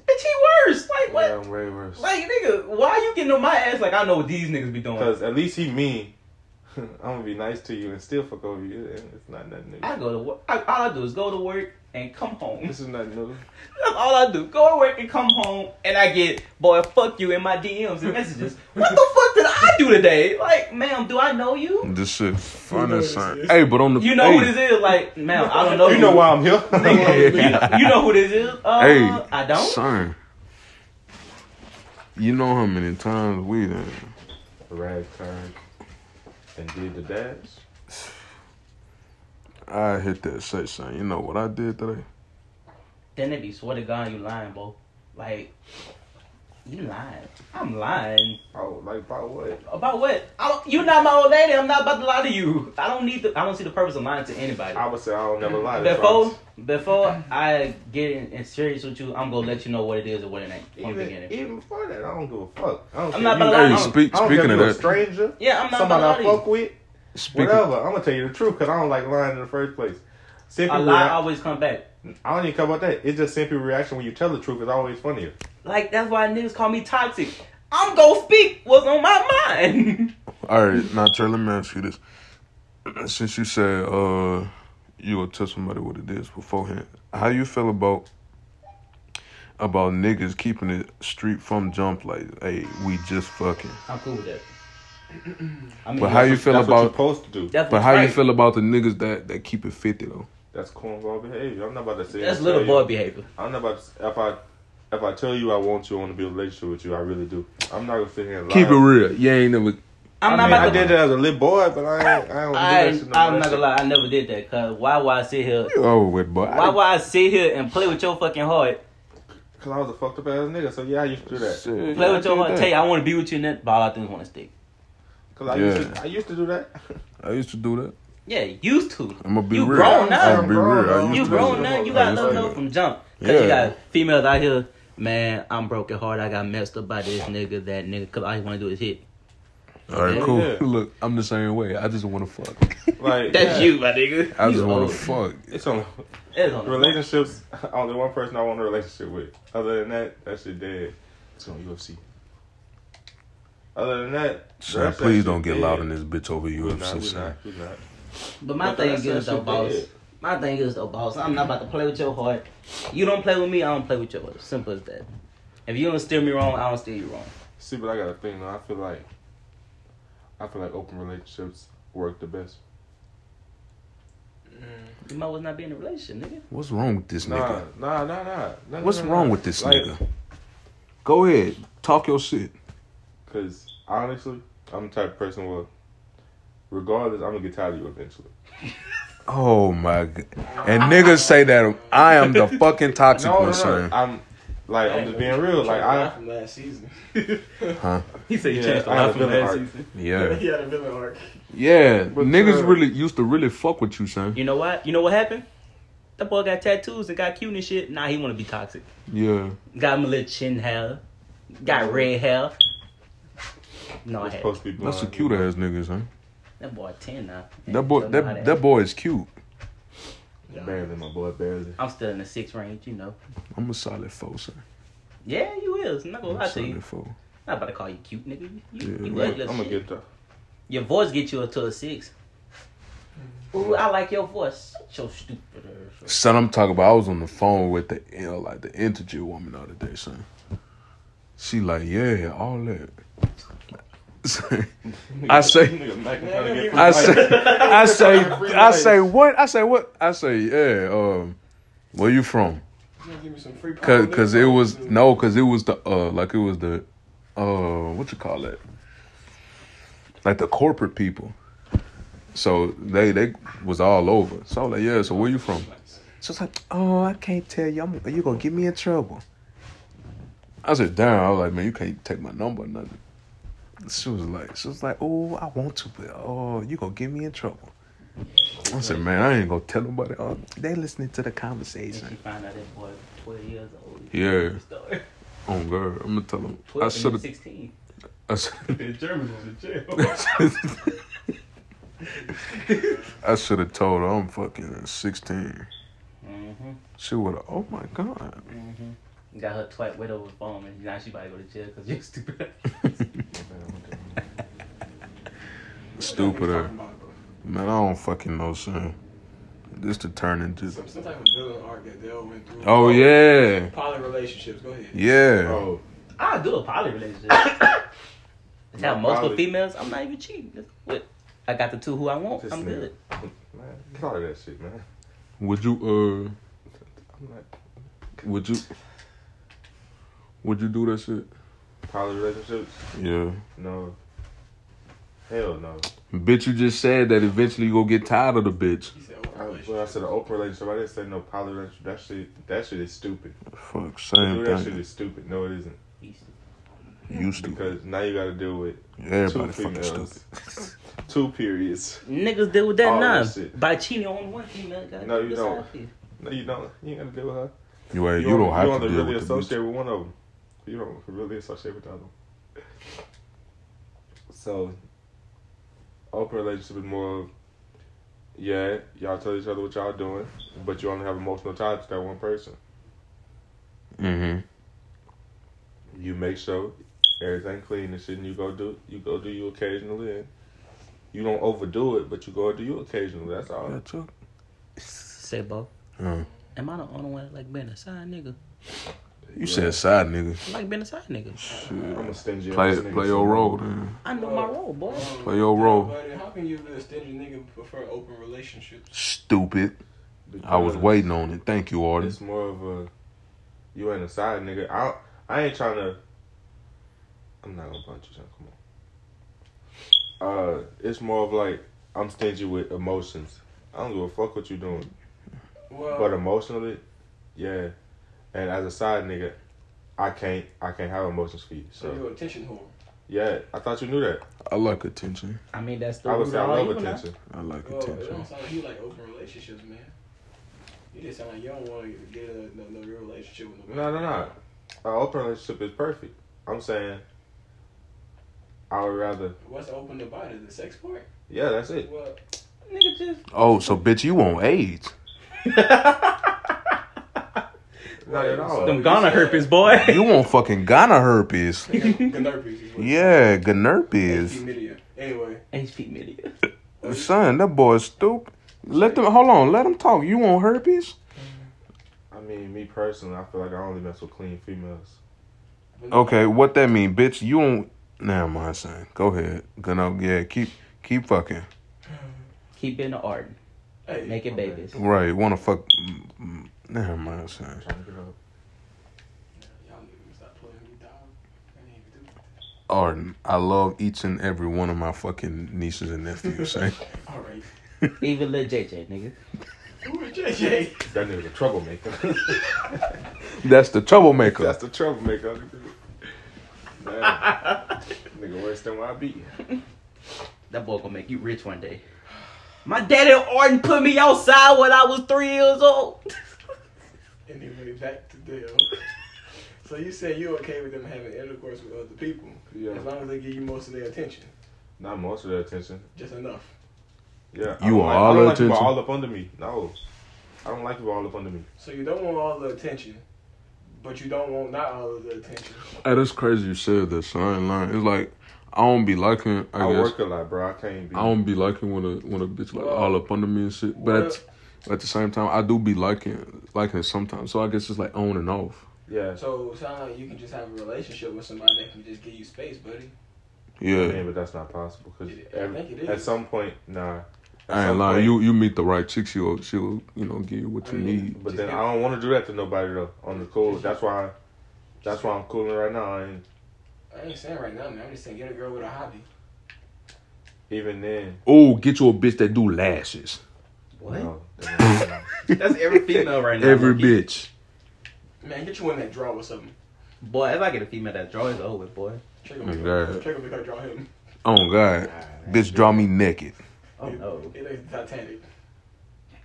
S3: Bitch, he worse. Like what?
S4: Yeah, I'm way worse.
S3: Like nigga, why you getting on my ass? Like I know what these niggas be doing.
S4: Because at least he mean. I'm gonna be nice to you and still fuck over you. It- It's not nothing new.
S3: I go to work. I, all I do is go to work and come home.
S4: This is nothing new.
S3: That's all I do. Go to work and come home, and I get boy fuck you in my DMs and messages. what the fuck did I do today? Like, ma'am, do I know you?
S2: This shit funny,
S5: knows
S2: son.
S5: this?
S2: Hey, but on the
S3: You know
S2: hey,
S3: who this is? Like, ma'am, I don't know.
S4: You know why I'm here.
S3: you, know, you know who this is? Uh,
S2: Hey,
S3: I don't.
S2: Son, you know how many times we done
S4: Rag turned and did the dash.
S2: I hit that shit, son. You know what I did today?
S3: Then they be swear to God, you lying, bro. Like, you lying. I'm lying.
S4: Oh, like by what?
S3: About what? I don't, you're not my old lady. I'm not about to lie to you. I don't need. The, I don't see the purpose of lying to anybody.
S4: I would say I don't never lie. to
S3: Before,
S4: folks.
S3: before I get in, in serious with you, I'm gonna let you know what it is and what it ain't from the
S4: even,
S3: beginning.
S4: even before that, I don't give a fuck. I don't
S3: I'm
S4: care
S3: not
S4: if you-
S3: about to lie.
S2: Hey,
S3: I'm-
S2: speak,
S4: I don't
S2: speaking
S4: care
S2: of
S4: if you a
S2: that,
S4: stranger,
S3: Yeah, I'm not
S4: somebody
S3: about
S4: I
S3: to lie
S4: fuck
S3: to
S4: with,
S2: speaking,
S4: whatever. I'm gonna tell you the truth because I don't like lying in the first place.
S3: you. A
S4: Simple
S3: lie
S4: rea-
S3: always come back.
S4: I don't even care about that. It's just simple reaction when you tell the truth is always funnier.
S3: Like that's why niggas call me toxic. I'm gonna speak what's on my mind.
S2: All right, now Trey, let me ask you this. Since you said uh you will tell somebody what it is beforehand, how you feel about about niggas keeping it street from jump like, hey, we just fucking.
S3: I'm cool with that. I mean,
S2: But how you
S4: That's
S2: feel
S4: what
S2: about
S4: you're supposed to do.
S3: That's
S2: but
S3: what's
S2: how you
S3: right.
S2: feel about the niggas that that keep it fifty though?
S4: That's cornball behavior. I'm not about to say
S3: That's
S4: tell
S3: little
S4: you.
S3: boy behavior.
S4: I'm not about to, if I if I tell you I want you, I want to be in a relationship with you. I really do. I'm not gonna sit here and lie.
S2: Keep it real. You ain't never.
S3: I'm
S4: I,
S3: not
S4: mean,
S3: about
S4: I
S3: to.
S4: did it as a little boy, but I ain't, I don't
S3: I,
S4: do that shit no
S3: I'm
S4: more.
S3: not gonna lie. I never did that. Cause why would I sit here?
S2: You over with, boy.
S3: Why would I sit here and play with your fucking heart?
S4: Cause I was a fucked up ass nigga, so yeah, I used to do that.
S2: Shit,
S3: Play with
S2: I
S3: your
S2: did
S3: heart.
S2: that.
S3: Tell you I want to be with you, and that ball I think want to stick.
S4: Cause I used to, I used to do that.
S2: I used to do that.
S3: Yeah, used to.
S2: I'm gonna be
S3: You
S2: real.
S3: grown now.
S2: I'm gonna be
S4: I'm
S2: real. I
S4: grown.
S2: used
S3: You
S2: to
S3: grown
S2: do that.
S3: now. You
S2: I
S3: got
S2: used to
S3: love
S2: do
S3: love
S2: that.
S3: from jump. Cause you
S2: Yeah.
S3: got females out here, man. I'm broken heart. I got messed up by this nigga, that nigga. Cause all you want to do is hit.
S2: All right,
S3: Yeah.
S2: cool.
S4: Yeah.
S2: Look, I'm the same way. I just want to fuck.
S4: Like
S3: That's
S4: yeah.
S3: you, my nigga.
S2: I
S3: You
S2: just want
S3: old.
S2: to fuck.
S4: It's on
S3: It's on the-
S4: relationships. Only one person I want a relationship with. Other than that, that shit dead. It's on UFC. Other than that,
S2: Son, please don't get loud in this bitch over UFC,
S4: we
S2: son.
S4: not, we not.
S3: But my thing is though, boss. My thing is though, boss. I'm not about to play with your heart. You don't play with me. I don't play with yours. Simple as that. If you don't steer me wrong, I don't steer you wrong.
S4: See, but I got a thing though. I feel like I feel like open relationships work the best.
S3: You might as well not be in a relationship, nigga.
S2: What's wrong with this
S4: Nah,
S2: nigga?
S4: nah, nah, nah. nah
S2: What's
S4: nah, nah,
S2: wrong
S4: nah.
S2: with this
S4: Like,
S2: nigga? Go ahead, talk your shit.
S4: Cause honestly, I'm the type of person where, regardless, I'm gonna get tired of you eventually.
S2: Oh my god! And niggas say that I am the fucking toxic
S4: No,
S2: one,
S4: no, no.
S2: son.
S4: I'm like I'm just being real. Like I,
S5: from last season.
S3: He said
S4: you changed a lot from last
S3: season.
S2: Yeah,
S5: he had a villain arc.
S2: yeah.
S4: But,
S2: Niggas
S4: uh,
S2: really used to really fuck with you, son.
S3: You know what? You know what happened? That boy got tattoos and got cute and shit. Now he want to be toxic.
S2: Yeah.
S3: Got him a little chin hair. Got red hair. No, I
S4: It's
S3: had
S4: supposed to be blonde.
S2: That's a cute ass niggas, huh?
S3: that boy ten now.
S2: That boy,
S3: Don't know how
S2: that that boy is cute.
S4: Barely, my boy, barely.
S3: I'm still in the six range, you know.
S2: I'm a solid four, sir.
S3: Yeah, you is. I'm not
S2: I'm
S3: gonna
S2: a
S3: lie to you.
S2: solid four.
S3: I'm not about to call you cute, nigga. You, you,
S2: Yeah,
S3: you
S2: right.
S3: ugly as
S4: I'm gonna
S3: shit.
S4: get the.
S3: Your voice get you up to a six. Ooh, I like your voice. Shut your stupid ass. up.
S2: Son, I'm talking about. I was on the phone with the you know, like the integer woman the other day, son. She like, yeah, all that. Son, I say,
S4: Nigga, Mac, I'm trying to get
S2: I
S4: free
S2: say,
S4: lights.
S2: I say, I say what? I say what? I say, yeah. Um, where you from?
S5: You gonna give me some free
S2: Cause,
S5: Power
S2: cause
S5: Nigga?
S2: it was no, cause it was the uh, like it was the uh, what you call it? Like the corporate people. So they they was all over. So I was like, yeah. So where you from? So it's like, oh, I can't tell you. I'm, you gonna get me in trouble. I said, damn. I was like, man, you can't take my number or nothing. She was like, she was like, oh, I want to, but oh, you gonna get me in trouble. I said, man, I ain't gonna tell nobody. Oh, they listening to the
S3: And she
S2: conversation.
S3: find out that boy twelve years old.
S2: Yeah.
S3: Story.
S2: Oh God, I'm gonna tell them. I
S3: Twelve
S2: should
S3: and
S2: have.
S3: sixteen.
S2: I should
S4: The Germans was in jail.
S2: I should have told her I'm fucking 16.
S3: Mm-hmm.
S2: She would have. Oh my God.
S3: Mm-hmm. Got her twat wet over the phone, and now she about to go to jail because you're stupid.
S2: Stupid ass. man. I don't fucking know, son. This to turn into.
S5: Some, some type of villain arc that they all went through.
S2: Oh yeah,
S5: Poly relationships. Go ahead.
S2: yeah.
S4: Oh,
S3: I'll do a poly relationship. I
S4: My
S3: have multiple
S4: poly-
S3: females. I'm not even cheating. Just what? I got the two who I want.
S4: This
S3: I'm
S4: nigga.
S3: good.
S4: man, get all of that shit, man.
S2: Would you
S4: I'm like,
S2: uh? Would you? Would you do that shit?
S4: poly relationships?
S2: Yeah.
S4: No. Hell no.
S2: Bitch, you just said that eventually you gonna get tired of the bitch.
S5: He said open
S4: I, when I
S5: relationships.
S4: said an open relationship, I didn't say no poly relationship. That shit, that shit is stupid.
S2: Fuck,
S4: Dude,
S2: same
S4: that shit
S2: thing.
S4: is stupid. No, it isn't.
S2: Used to.
S4: Because now you got to deal with
S2: Everybody
S4: two
S2: fucking
S4: females,
S2: stupid.
S4: two periods.
S3: Niggas deal with that
S4: All
S3: now
S4: that shit.
S3: by cheating on one female. gotta
S4: No,
S3: do
S4: you
S3: this
S4: don't.
S3: out here.
S4: No, you don't. You ain't got to deal with her.
S2: You, ain't- you don't have to
S4: only
S2: deal
S4: really
S2: with the bitch.
S4: associate with one of them. You don't really associate with the other. one. So, open relationship is more. of, Yeah, y'all tell each other what y'all doing, but you only have emotional ties to that one person.
S2: Mm-hmm.
S4: You make sure everything clean and shit, and you go do you go do you occasionally, and you don't overdo it, but you go do you occasionally. That's all.
S2: That's it.
S3: Say, Bo,
S2: Uh,
S3: am I the only one that like being a side nigga?
S2: you said side nigga.
S3: I like being a side nigga.
S4: I'm a stingy.
S2: Play
S4: ass nigga,
S2: play
S4: so-
S2: your role, then.
S3: I know my role, boy.
S5: Um,
S2: Play your role.
S5: Buddy, how can you be a stingy nigga and prefer open relationships?
S2: Stupid. I was
S4: Because-
S2: waiting on it. Thank you, artist.
S4: It's more of a you ain't a side nigga. I I ain't trying to. I'm not gonna punch you. Son. Come on. Uh, it's more of like I'm stingy with emotions. I don't give a fuck what you doing,
S5: Well,
S4: but uh, emotionally, yeah. And as a side nigga, I can't I can't have emotions for you.
S5: so
S4: So
S5: you're an attention whore.
S4: yeah, I thought you knew that.
S2: I like attention.
S3: I mean, that's the
S4: I would say I
S3: route
S4: love
S3: you and I-
S4: attention.
S2: I like
S5: Well, it
S2: attention.
S5: don't sound like you like open relationships, man. You just sound like you don't want to get a no, no real relationship with nobody.
S4: No, no, no. An open relationship is perfect. I'm saying. I would rather.
S5: What's open the body? The sex part?
S4: Yeah, that's it.
S5: Well,
S3: Nigga, just.
S2: Oh, so bitch, you want AIDS?
S4: Not at all.
S3: Them
S5: Them
S3: Ghana herpes, boy.
S2: You want fucking Ghana herpes?
S5: Gnarpies is what it's
S2: Yeah,
S5: called.
S2: gonorrhea.
S5: Chlamydia. Anyway,
S3: HP media.
S2: Son, that boy's stupid. Let them hold on. Let them talk. You want herpes?
S4: I mean, me personally, I feel like I only mess with clean females.
S2: Okay, what that mean, bitch? You don't. Never mind, son. Go ahead. Gonna yeah. Keep keep fucking.
S3: Keep being an art.
S5: Hey,
S3: Making
S4: okay.
S3: babies.
S2: Right. Want to fuck? mm, mm, Never mind, son.
S4: Trying to get up.
S5: Y'all niggas stop playing me, dog. I ain't even do that.
S2: Arden, I love each and every one of my fucking nieces and nephews. eh? son.
S5: All right.
S3: Even little JJ, nigga.
S5: Who is JJ?
S4: That nigga's a troublemaker.
S2: That's the troublemaker.
S4: That's the troublemaker. Damn. Nigga worse than YB.
S3: That boy gonna make you rich one day. My daddy Orton put me outside when I was three years old.
S5: Anyway, back to Dale. So you said you okay with them having intercourse with other people
S4: Yeah.
S5: as long as they give you most of their attention,
S4: Not most of their attention.
S5: just enough.
S4: Yeah.
S2: You
S4: don't
S2: want
S4: like,
S2: all
S4: I
S2: the
S4: don't like people
S2: attention?
S4: all up under me. No. I don't like people all up under me.
S5: So you don't want all the attention, but you don't want not all of the attention.
S2: Hey, that's crazy you said that, son. I ain't lying. It's like, I don't be liking, I,
S4: I,
S2: guess.
S4: work a lot, bro. I can't be.
S2: I don't be liking when a when a bitch like all up under me and shit. But at, at the same time, I do be liking liking it sometimes. So I guess it's like on and off.
S4: yeah.
S5: So it sounds like you can just have a relationship with somebody that can just give you space, buddy.
S2: Yeah,
S4: Man, but that's not possible. Cause
S5: Yeah, I
S4: every-
S5: think it
S4: at
S5: is.
S4: some point,
S2: I
S4: nah. At
S2: ain't
S4: some
S2: lying.
S4: point-
S2: You you meet the right chick, she'll she'll you know give you what
S5: I
S2: you
S5: mean-
S2: need.
S4: But then I don't want to do that to nobody though. On the cool. That's why. That's why I'm cooling right now. And
S5: I ain't saying right now, man. I'm just saying get a girl with a hobby.
S4: even then,
S2: Oh, get you a bitch that do lashes.
S3: What?
S4: no.
S3: That's every female right now.
S2: Every
S3: low-key.
S2: bitch.
S5: Man, get you one that draw or something.
S3: Boy, if I get a female that draws it's over with, boy.
S5: Trick
S2: Oh,
S5: him.
S2: God.
S5: Trick him because draw him.
S2: Oh God, bitch, draw me naked.
S3: Oh no.
S5: It ain't Titanic.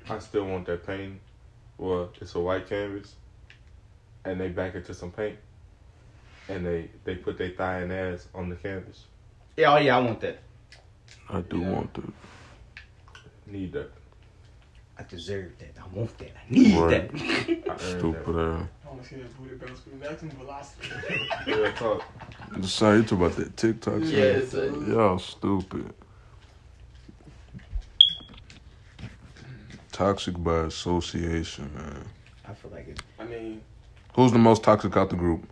S4: I still want that paint. Well, it's a white canvas, and they back it to some paint, and they they put their thigh and ass on the canvas.
S3: Yeah, oh yeah, I want that.
S2: I do
S5: Yeah.
S2: want to.
S4: Need that.
S3: I deserve that. I want that. I need
S2: Right.
S3: that.
S4: I earned
S2: Stupid ass.
S5: I want to see that booty bounce with maximum velocity.
S4: that. Real talk.
S2: Just saying, you talk about that TikTok shit.
S3: yeah, it's a,
S2: Y'all stupid. Toxic by association, man.
S3: I feel like it.
S5: I mean,
S2: Who's the most toxic out the group?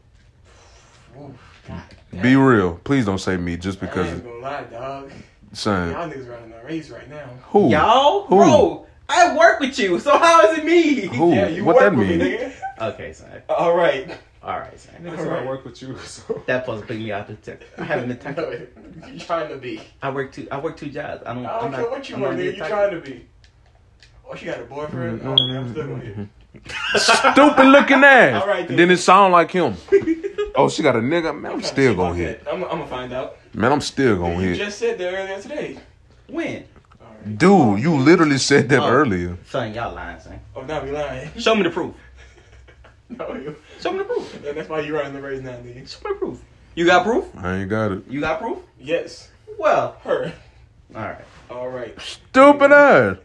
S5: oof, God.
S2: Be real. Please don't say me just
S5: I
S2: because. Uh,
S5: ain't gonna lie, dog.
S2: Son,
S5: Y'all niggas running a race right now.
S2: who?
S3: Y'all,
S2: Who?
S3: bro, I work with you, so how is it me?
S2: Who?
S5: Yeah, you
S2: what that
S5: work with me,
S2: mean?
S5: nigga.
S3: Okay, sorry.
S5: All right.
S3: All right, sorry.
S4: Niggas said I work with you, so
S3: That supposed to put me out the tech. I haven't been
S5: No,
S3: toxic.
S5: you trying to be.
S3: I work two. I work two jobs. I don't.
S5: I
S3: I'm
S5: don't
S3: not-
S5: care what you
S3: I'm
S5: want,
S3: not
S5: nigga. You
S3: being toxic.
S5: trying to be. Oh, she got a boyfriend?
S2: Mm-hmm.
S5: Oh, man, I'm still gonna hit.
S2: Stupid looking ass.
S5: All right, then.
S2: then it sound like him. oh, she got a nigga. Man, I'm still gonna hit.
S5: I'm, I'm gonna find out.
S2: Man, I'm still gonna
S5: You
S2: hit.
S5: just said that earlier today.
S3: When?
S5: All right.
S2: Dude, you literally said that
S3: Oh.
S2: earlier.
S3: Son, y'all lying, son.
S5: Oh, now we lying.
S3: Show me the proof.
S5: No, you.
S3: Show me the proof.
S5: And that's why you running the race now, nigga.
S3: Show me the proof. You got proof?
S2: I ain't got it.
S3: You got proof?
S5: Yes,
S3: Well,
S5: her.
S3: all right.
S5: All right.
S2: Stupid ass.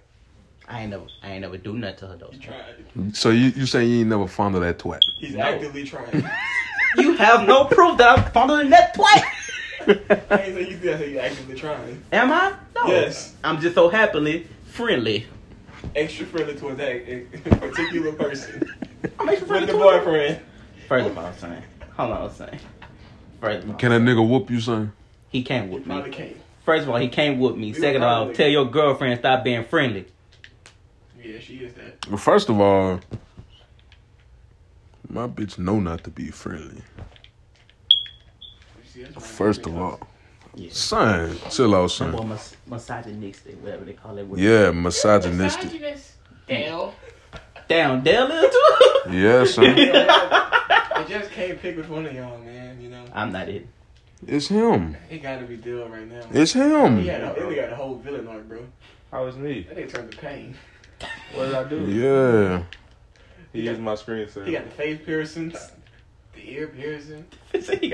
S3: I ain't never. I ain't never do nothing to her though.
S5: He tried.
S2: So you you say you ain't never fond of that twat?
S5: He's
S3: No.
S5: actively trying.
S3: You have no proof that I'm fondling that twice.
S5: I ain't say you did. I say you actively trying.
S3: Am I? No.
S5: Yes.
S3: I'm just so happily friendly.
S5: Extra friendly towards that a- a particular person.
S3: I'm extra
S5: With
S3: friendly.
S5: the
S3: too.
S5: boyfriend.
S3: First of all, son. Hold on, son. First of all,
S2: Can that nigga whoop you, son?
S3: he can't whoop
S5: Not the
S3: me.
S5: cake.
S3: First of all, he can't whoop me.
S5: We
S3: Second of all,
S5: probably-
S3: tell your girlfriend stop being friendly.
S5: Yeah, she is that.
S2: Well, first of all, my bitch know not to be friendly.
S5: You see, that's why I'm
S2: First of
S5: really
S2: all,
S3: Yeah.
S2: son, chill out,
S3: Some
S2: son.
S3: boy mas- misogynistic, whatever they call it.
S2: Yeah, misogynistic.
S5: Dale.
S3: Down there, little too.
S2: Yeah, son.
S5: I just can't pick which one of y'all, man. You know,
S3: I'm not it.
S2: It's him.
S5: it gotta be Dale right now.
S2: It's
S5: He
S2: him.
S5: had a, he got a whole villain arc, bro.
S4: how is me?
S5: That nigga Mm. turned to pain.
S4: What did I do?
S2: Yeah.
S4: He used my screensaver.
S5: He got the face piercings, the ear piercing.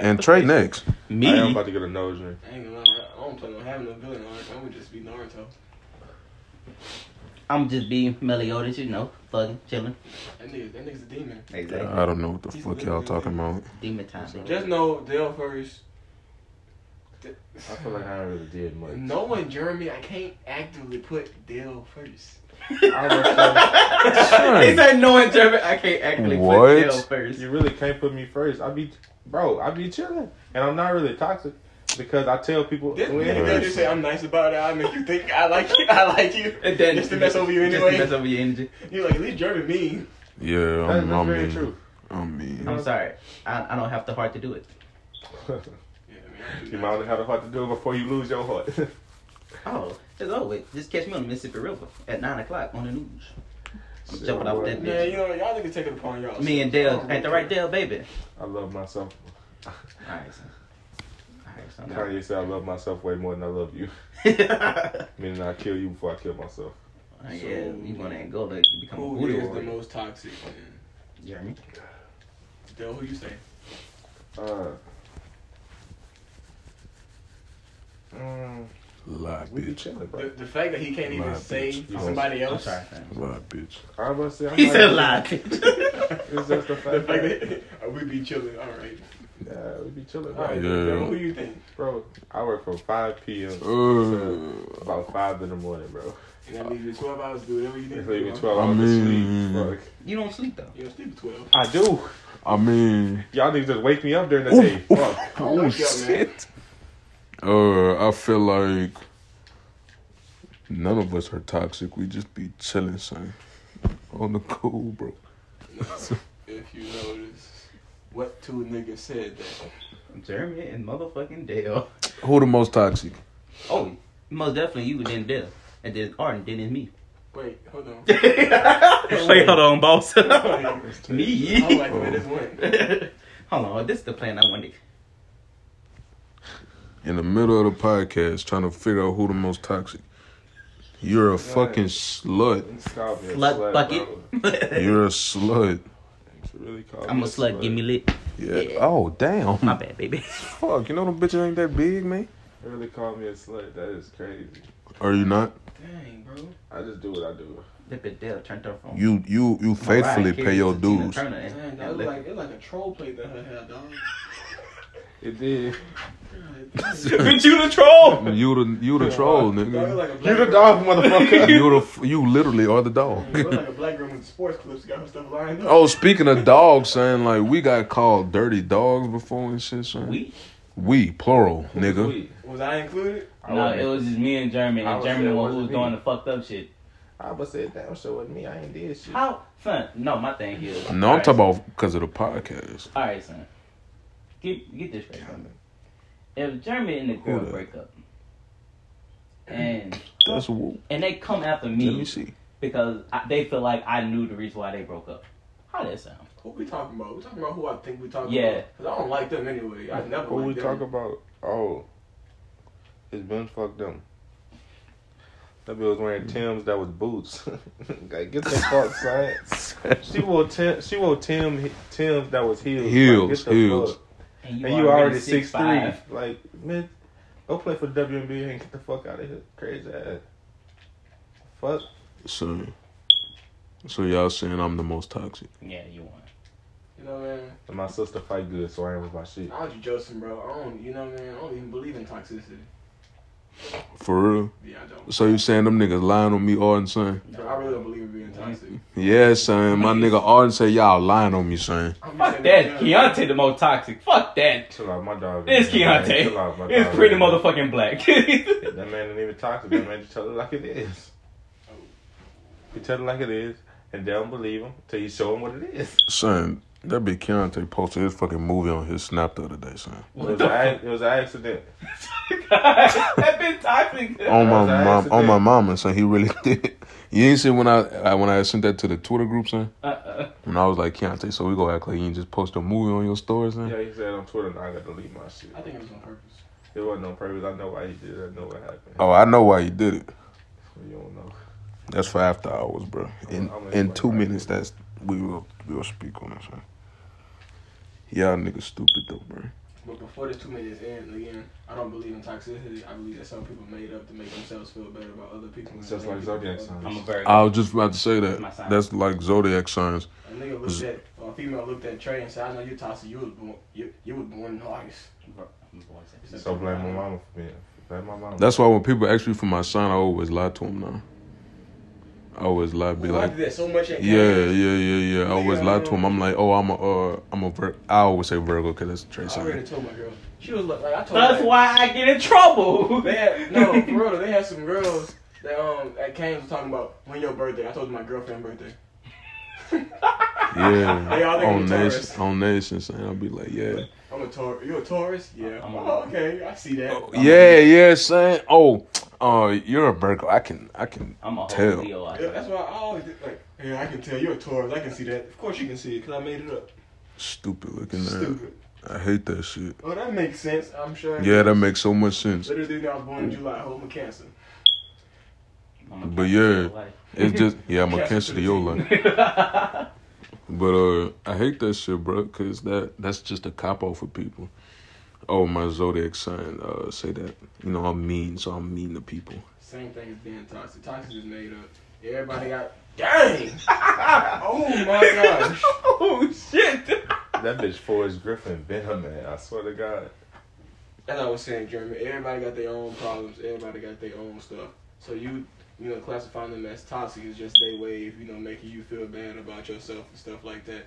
S2: And Trey next.
S3: Me.
S4: I am about to get a nose ring.
S5: I ain't gonna lie, I don't plan on having no villain arc. I would just be Naruto.
S3: I'm just being Meliodas, you know, fucking chilling.
S5: That nigga, that nigga's a demon.
S3: Exactly.
S2: I don't know what the fuck y'all talking about.
S3: Demon time.
S5: Just know Dale first. Th-
S4: I feel like I ain't really did much.
S5: Knowing Jeremy, I can't actively put Dale first.
S4: I
S3: he said no in German. I can't actually
S2: What?
S3: put Dale
S4: was
S3: first.
S4: you really can't put me first. I be, bro, I be chilling, and I'm not really toxic because I tell people.
S5: This
S4: when-
S5: nigga just say I'm nice about it. I make you think I like you. I like you.
S3: And then
S5: Just to mess over you
S3: Just
S5: anyway.
S3: to mess over your energy.
S5: You're like at least Jeremy mean.
S2: Yeah,
S4: That's,
S2: I'm,
S4: that's
S2: I'm
S4: very
S2: mean.
S4: true.
S2: I'm mean.
S3: I'm sorry. I, I don't have the heart to do it.
S5: Yeah, man.
S4: you might only have a heart to do it before you lose your heart.
S3: Oh, as always, just catch me on the Mississippi River at nine o'clock on the news.
S4: Shit,
S3: jumping off
S4: bro.
S3: that
S5: Man, you know y'all niggas take it upon y'all.
S3: Me and
S5: Oh,
S3: Dale at the right Dale, baby.
S4: I love myself.
S3: All right, son. All right, son.
S4: Kanye said I love myself way more than I love you. Meaning I kill you before I kill myself.
S3: Ah, yeah, you gonna Angola you become a
S5: Who
S3: booty
S5: is the
S3: warrior.
S5: most toxic? Man?
S3: Jeremy.
S5: Dale, who you say?
S4: Uh, mm,
S2: Lie,
S4: we be
S2: bitch.
S4: chilling, bro.
S5: The, the fact that he can't even
S2: Nah,
S5: save
S2: bitch.
S5: somebody
S1: I'm
S5: else.
S1: sorry, fam.
S2: Lie, bitch.
S4: I was say, I'm
S3: He
S4: not-
S3: said lie.
S4: It's just the
S5: The
S4: fact
S5: fact
S4: that
S5: that uh, we be chilling. All right.
S4: yeah, we be chilling, bro.
S5: All right.
S2: Yeah.
S5: Who you think?
S4: Bro, I work from 5 p.m.
S2: Uh,
S4: about 5 in the morning, bro.
S5: And I leave you 12 hours, dude. Whatever you need.
S4: It's
S5: to do,
S4: leaving
S5: huh?
S4: 12
S2: I
S4: hours
S2: mean-
S4: of sleep. Fuck.
S3: you don't sleep though.
S5: You don't sleep at 12.
S4: I do.
S2: I mean,
S4: Y'all niggas just wake me up during the day. Fuck.
S2: oh
S5: Wake up, man.
S2: shit. Uh, I feel like none of us are toxic. We just be chilling, son. On the cool, bro.
S5: If you notice what two niggas said that.
S3: Jeremy and motherfucking Dale.
S2: Who the most toxic?
S3: Oh, most definitely you then Dale. And then Arden, then it's me.
S5: Wait, hold on.
S3: Wait, hold on, boss.
S5: I don't
S3: me.
S5: like the way this went.
S3: hold on, this is the plan I wanted.
S2: In the middle of the podcast, trying to figure out who the most toxic. You're a fucking slut.
S4: You call me a
S3: Slut bucket.
S4: bro.
S2: You're a slut.
S4: You really call
S3: I'm
S4: me
S3: a slut, give me lit.
S2: Yeah. Oh damn.
S3: My bad, baby.
S2: Fuck. You know them bitches ain't that big, man.
S4: You really call me a slut. That is crazy.
S2: Are you not?
S5: Dang, bro.
S4: I just do what I do.
S3: That bitch Dale turned her phone.
S2: You you you faithfully pay your dues.
S5: Dang, that look like, it like a troll plate that her had, dog.
S4: It did.
S3: Bitch, you the troll.
S2: You the you the troll,
S5: Dog, it
S2: nigga.
S5: like a
S4: You
S5: black
S4: the
S5: girl-
S4: dog, motherfucker.
S2: You the you literally are the dog.
S5: It look like a black girl with sports clips. Got her stuff lined up.
S2: Oh, speaking of dogs, saying like we got called dirty dogs before and shit, son. We,
S3: We?
S2: plural, nigga.
S4: We.
S5: Was I included?
S4: I
S6: No,
S4: wouldn't-
S6: it was just me and German,
S4: I
S6: and
S4: was
S6: German
S4: there,
S6: the one who was
S4: wasn't me.
S6: doing the fucked up shit.
S4: I would say damn sure wasn't me. I ain't did shit.
S6: How? Son, no, my thing is.
S2: No, I'm talking about because of the podcast.
S6: All right, son. Get get this right. son. If German and the girl
S2: Who the-
S6: break up, and
S2: That's woo.
S6: and they come after me,
S2: Let me see.
S6: because I, they feel like I knew the reason why they broke up. How that sound?
S5: Who we talking about? We talking about who I think we talking
S6: Yeah.
S5: about. Cause I don't like them anyway. I never
S4: What we
S5: like them.
S4: talk about? Oh, it's been fucked them. That bitch was
S3: Mm.
S4: wearing Tim's that was boots. like get the fuck science. She wore Tim. She wore Tim. Tim's that was heels.
S2: Heels,
S4: like, get the
S2: heels.
S4: fuck. And you already six three.
S6: 6'5".
S4: Like man, go play for the WNBA and get the fuck out of here, crazy ass. Fuck.
S2: So, so y'all saying I'm the most toxic?
S6: Yeah, you want.
S5: You know, man.
S4: And my sister fight good, so I ain't with my shit.
S5: I was Justin, bro. I don't. You know, man. I don't even believe in toxicity.
S2: For real?
S5: Yeah, I don't.
S2: So you saying them niggas lying on me, Arden, son?
S5: Bro, I really don't believe in being toxic.
S2: Yeah, son. My nigga Arden say y'all lying on me, son.
S5: I'm just
S6: Fuck
S5: saying
S6: that.
S5: yeah.
S6: Keontae the most toxic. Fuck that.
S4: Chill out, my dog.
S6: It's
S4: man.
S6: Keontae.
S4: Chill out, my
S6: It's
S4: dog,
S6: pretty
S4: man.
S6: motherfucking black.
S4: That man didn't even talk to me. That man just told it like it is. He told it like it is, and they don't believe him till you show them what it is.
S2: Son, that big Keontae posted his fucking movie on his snap the other day, son.
S4: It was, a, ac- it was an accident.
S6: that been toxic.
S2: On my mom,
S4: That was an
S2: on
S4: accident.
S2: my mama, son. He really did. You ain't see when I, I when I sent that to the Twitter group, son.
S6: Uh-uh.
S2: When I was like Keontae, so we go act like you ain't just post a movie on your stories, son.
S4: Yeah, he said on Twitter, I got to delete my shit.
S5: I think it was on purpose.
S4: It wasn't on purpose. I know why he did it. I know what happened.
S2: Oh, I know why you did it.
S4: You don't know.
S2: That's for after hours, bro. In
S4: I'm gonna
S2: in
S4: explain
S2: two
S4: why I
S2: minutes,
S4: did
S2: that's we will we will speak on it, son. Y'all niggas stupid though, bro.
S5: But before the two minutes end again, I don't believe in toxicity. I believe that some people made up to make themselves feel better about other people.
S4: It's just like Zodiac signs.
S6: I'm a bird.
S2: I was just about to say
S6: My
S2: that.
S6: sign.
S2: That's like zodiac signs.
S5: A nigga looked at, or a female looked at Trey and said, "I know you toxic. You was born, you, you was born in August."
S4: So blame my mama for being. Blame my mama.
S2: That's why when people ask me for my sign, I always lie to them now. I always lie, be
S5: Ooh, I
S2: like,
S5: did that so much at
S2: yeah,
S5: Cavs.
S2: yeah, yeah, yeah. I always
S5: Nigga,
S2: lie to them. I'm like, oh, I'm a, uh, I'm a Vir- I always say Virgo because that's Trey
S5: I already
S2: sign.
S5: told my girl. She was like, like I told
S6: That's
S5: her.
S6: why I get in trouble.
S5: They had, no, for real, though, they had some girls that um at Kane's was talking about when your birthday. I told you my girlfriend birthday. They all
S2: Yeah,
S5: think I'm
S2: on
S5: a
S2: nation,
S5: Taurus.
S2: on nation sign, I'll be like, yeah,
S5: I'm a Taurus. You a Taurus? Yeah.
S6: I'm a-
S5: oh, okay. I see that.
S2: oh, yeah, yeah, son. Oh, uh, you're a Virgo. I can, I can.
S6: I'm a whole
S2: Tell.
S6: Leo. I
S5: Yeah,
S6: think.
S5: that's why I always did, like. Yeah, I can tell you're a Taurus. I can see that. Of course you can see it because I made it up.
S2: Stupid looking. Man.
S5: Stupid.
S2: I hate that shit.
S5: Oh, that makes sense. I'm sure.
S2: Yeah, that makes so much sense.
S5: Literally, dude, I was born in July. Hope I'm a Cancer.
S6: I'm a
S2: But yeah.
S6: Leo.
S2: It's just yeah, I'm a
S5: Cancer
S2: cancer
S5: to
S2: to
S5: the
S2: your life. But uh, I hate that shit, bro, because that, that's just a cop out for people. Oh, my zodiac sign uh, say that. You know, I'm mean, so I'm mean to people.
S5: Same thing as being toxic. Toxic is made up. Everybody got. Dang! oh my gosh.
S7: Oh shit!
S4: That bitch Forrest Griffin been her man. I swear to God.
S5: As I was saying, Jeremy, everybody got their own problems. Everybody got their own stuff. So you, you know, classifying them as toxic is just their way of, you know, making you feel bad about yourself and stuff like that.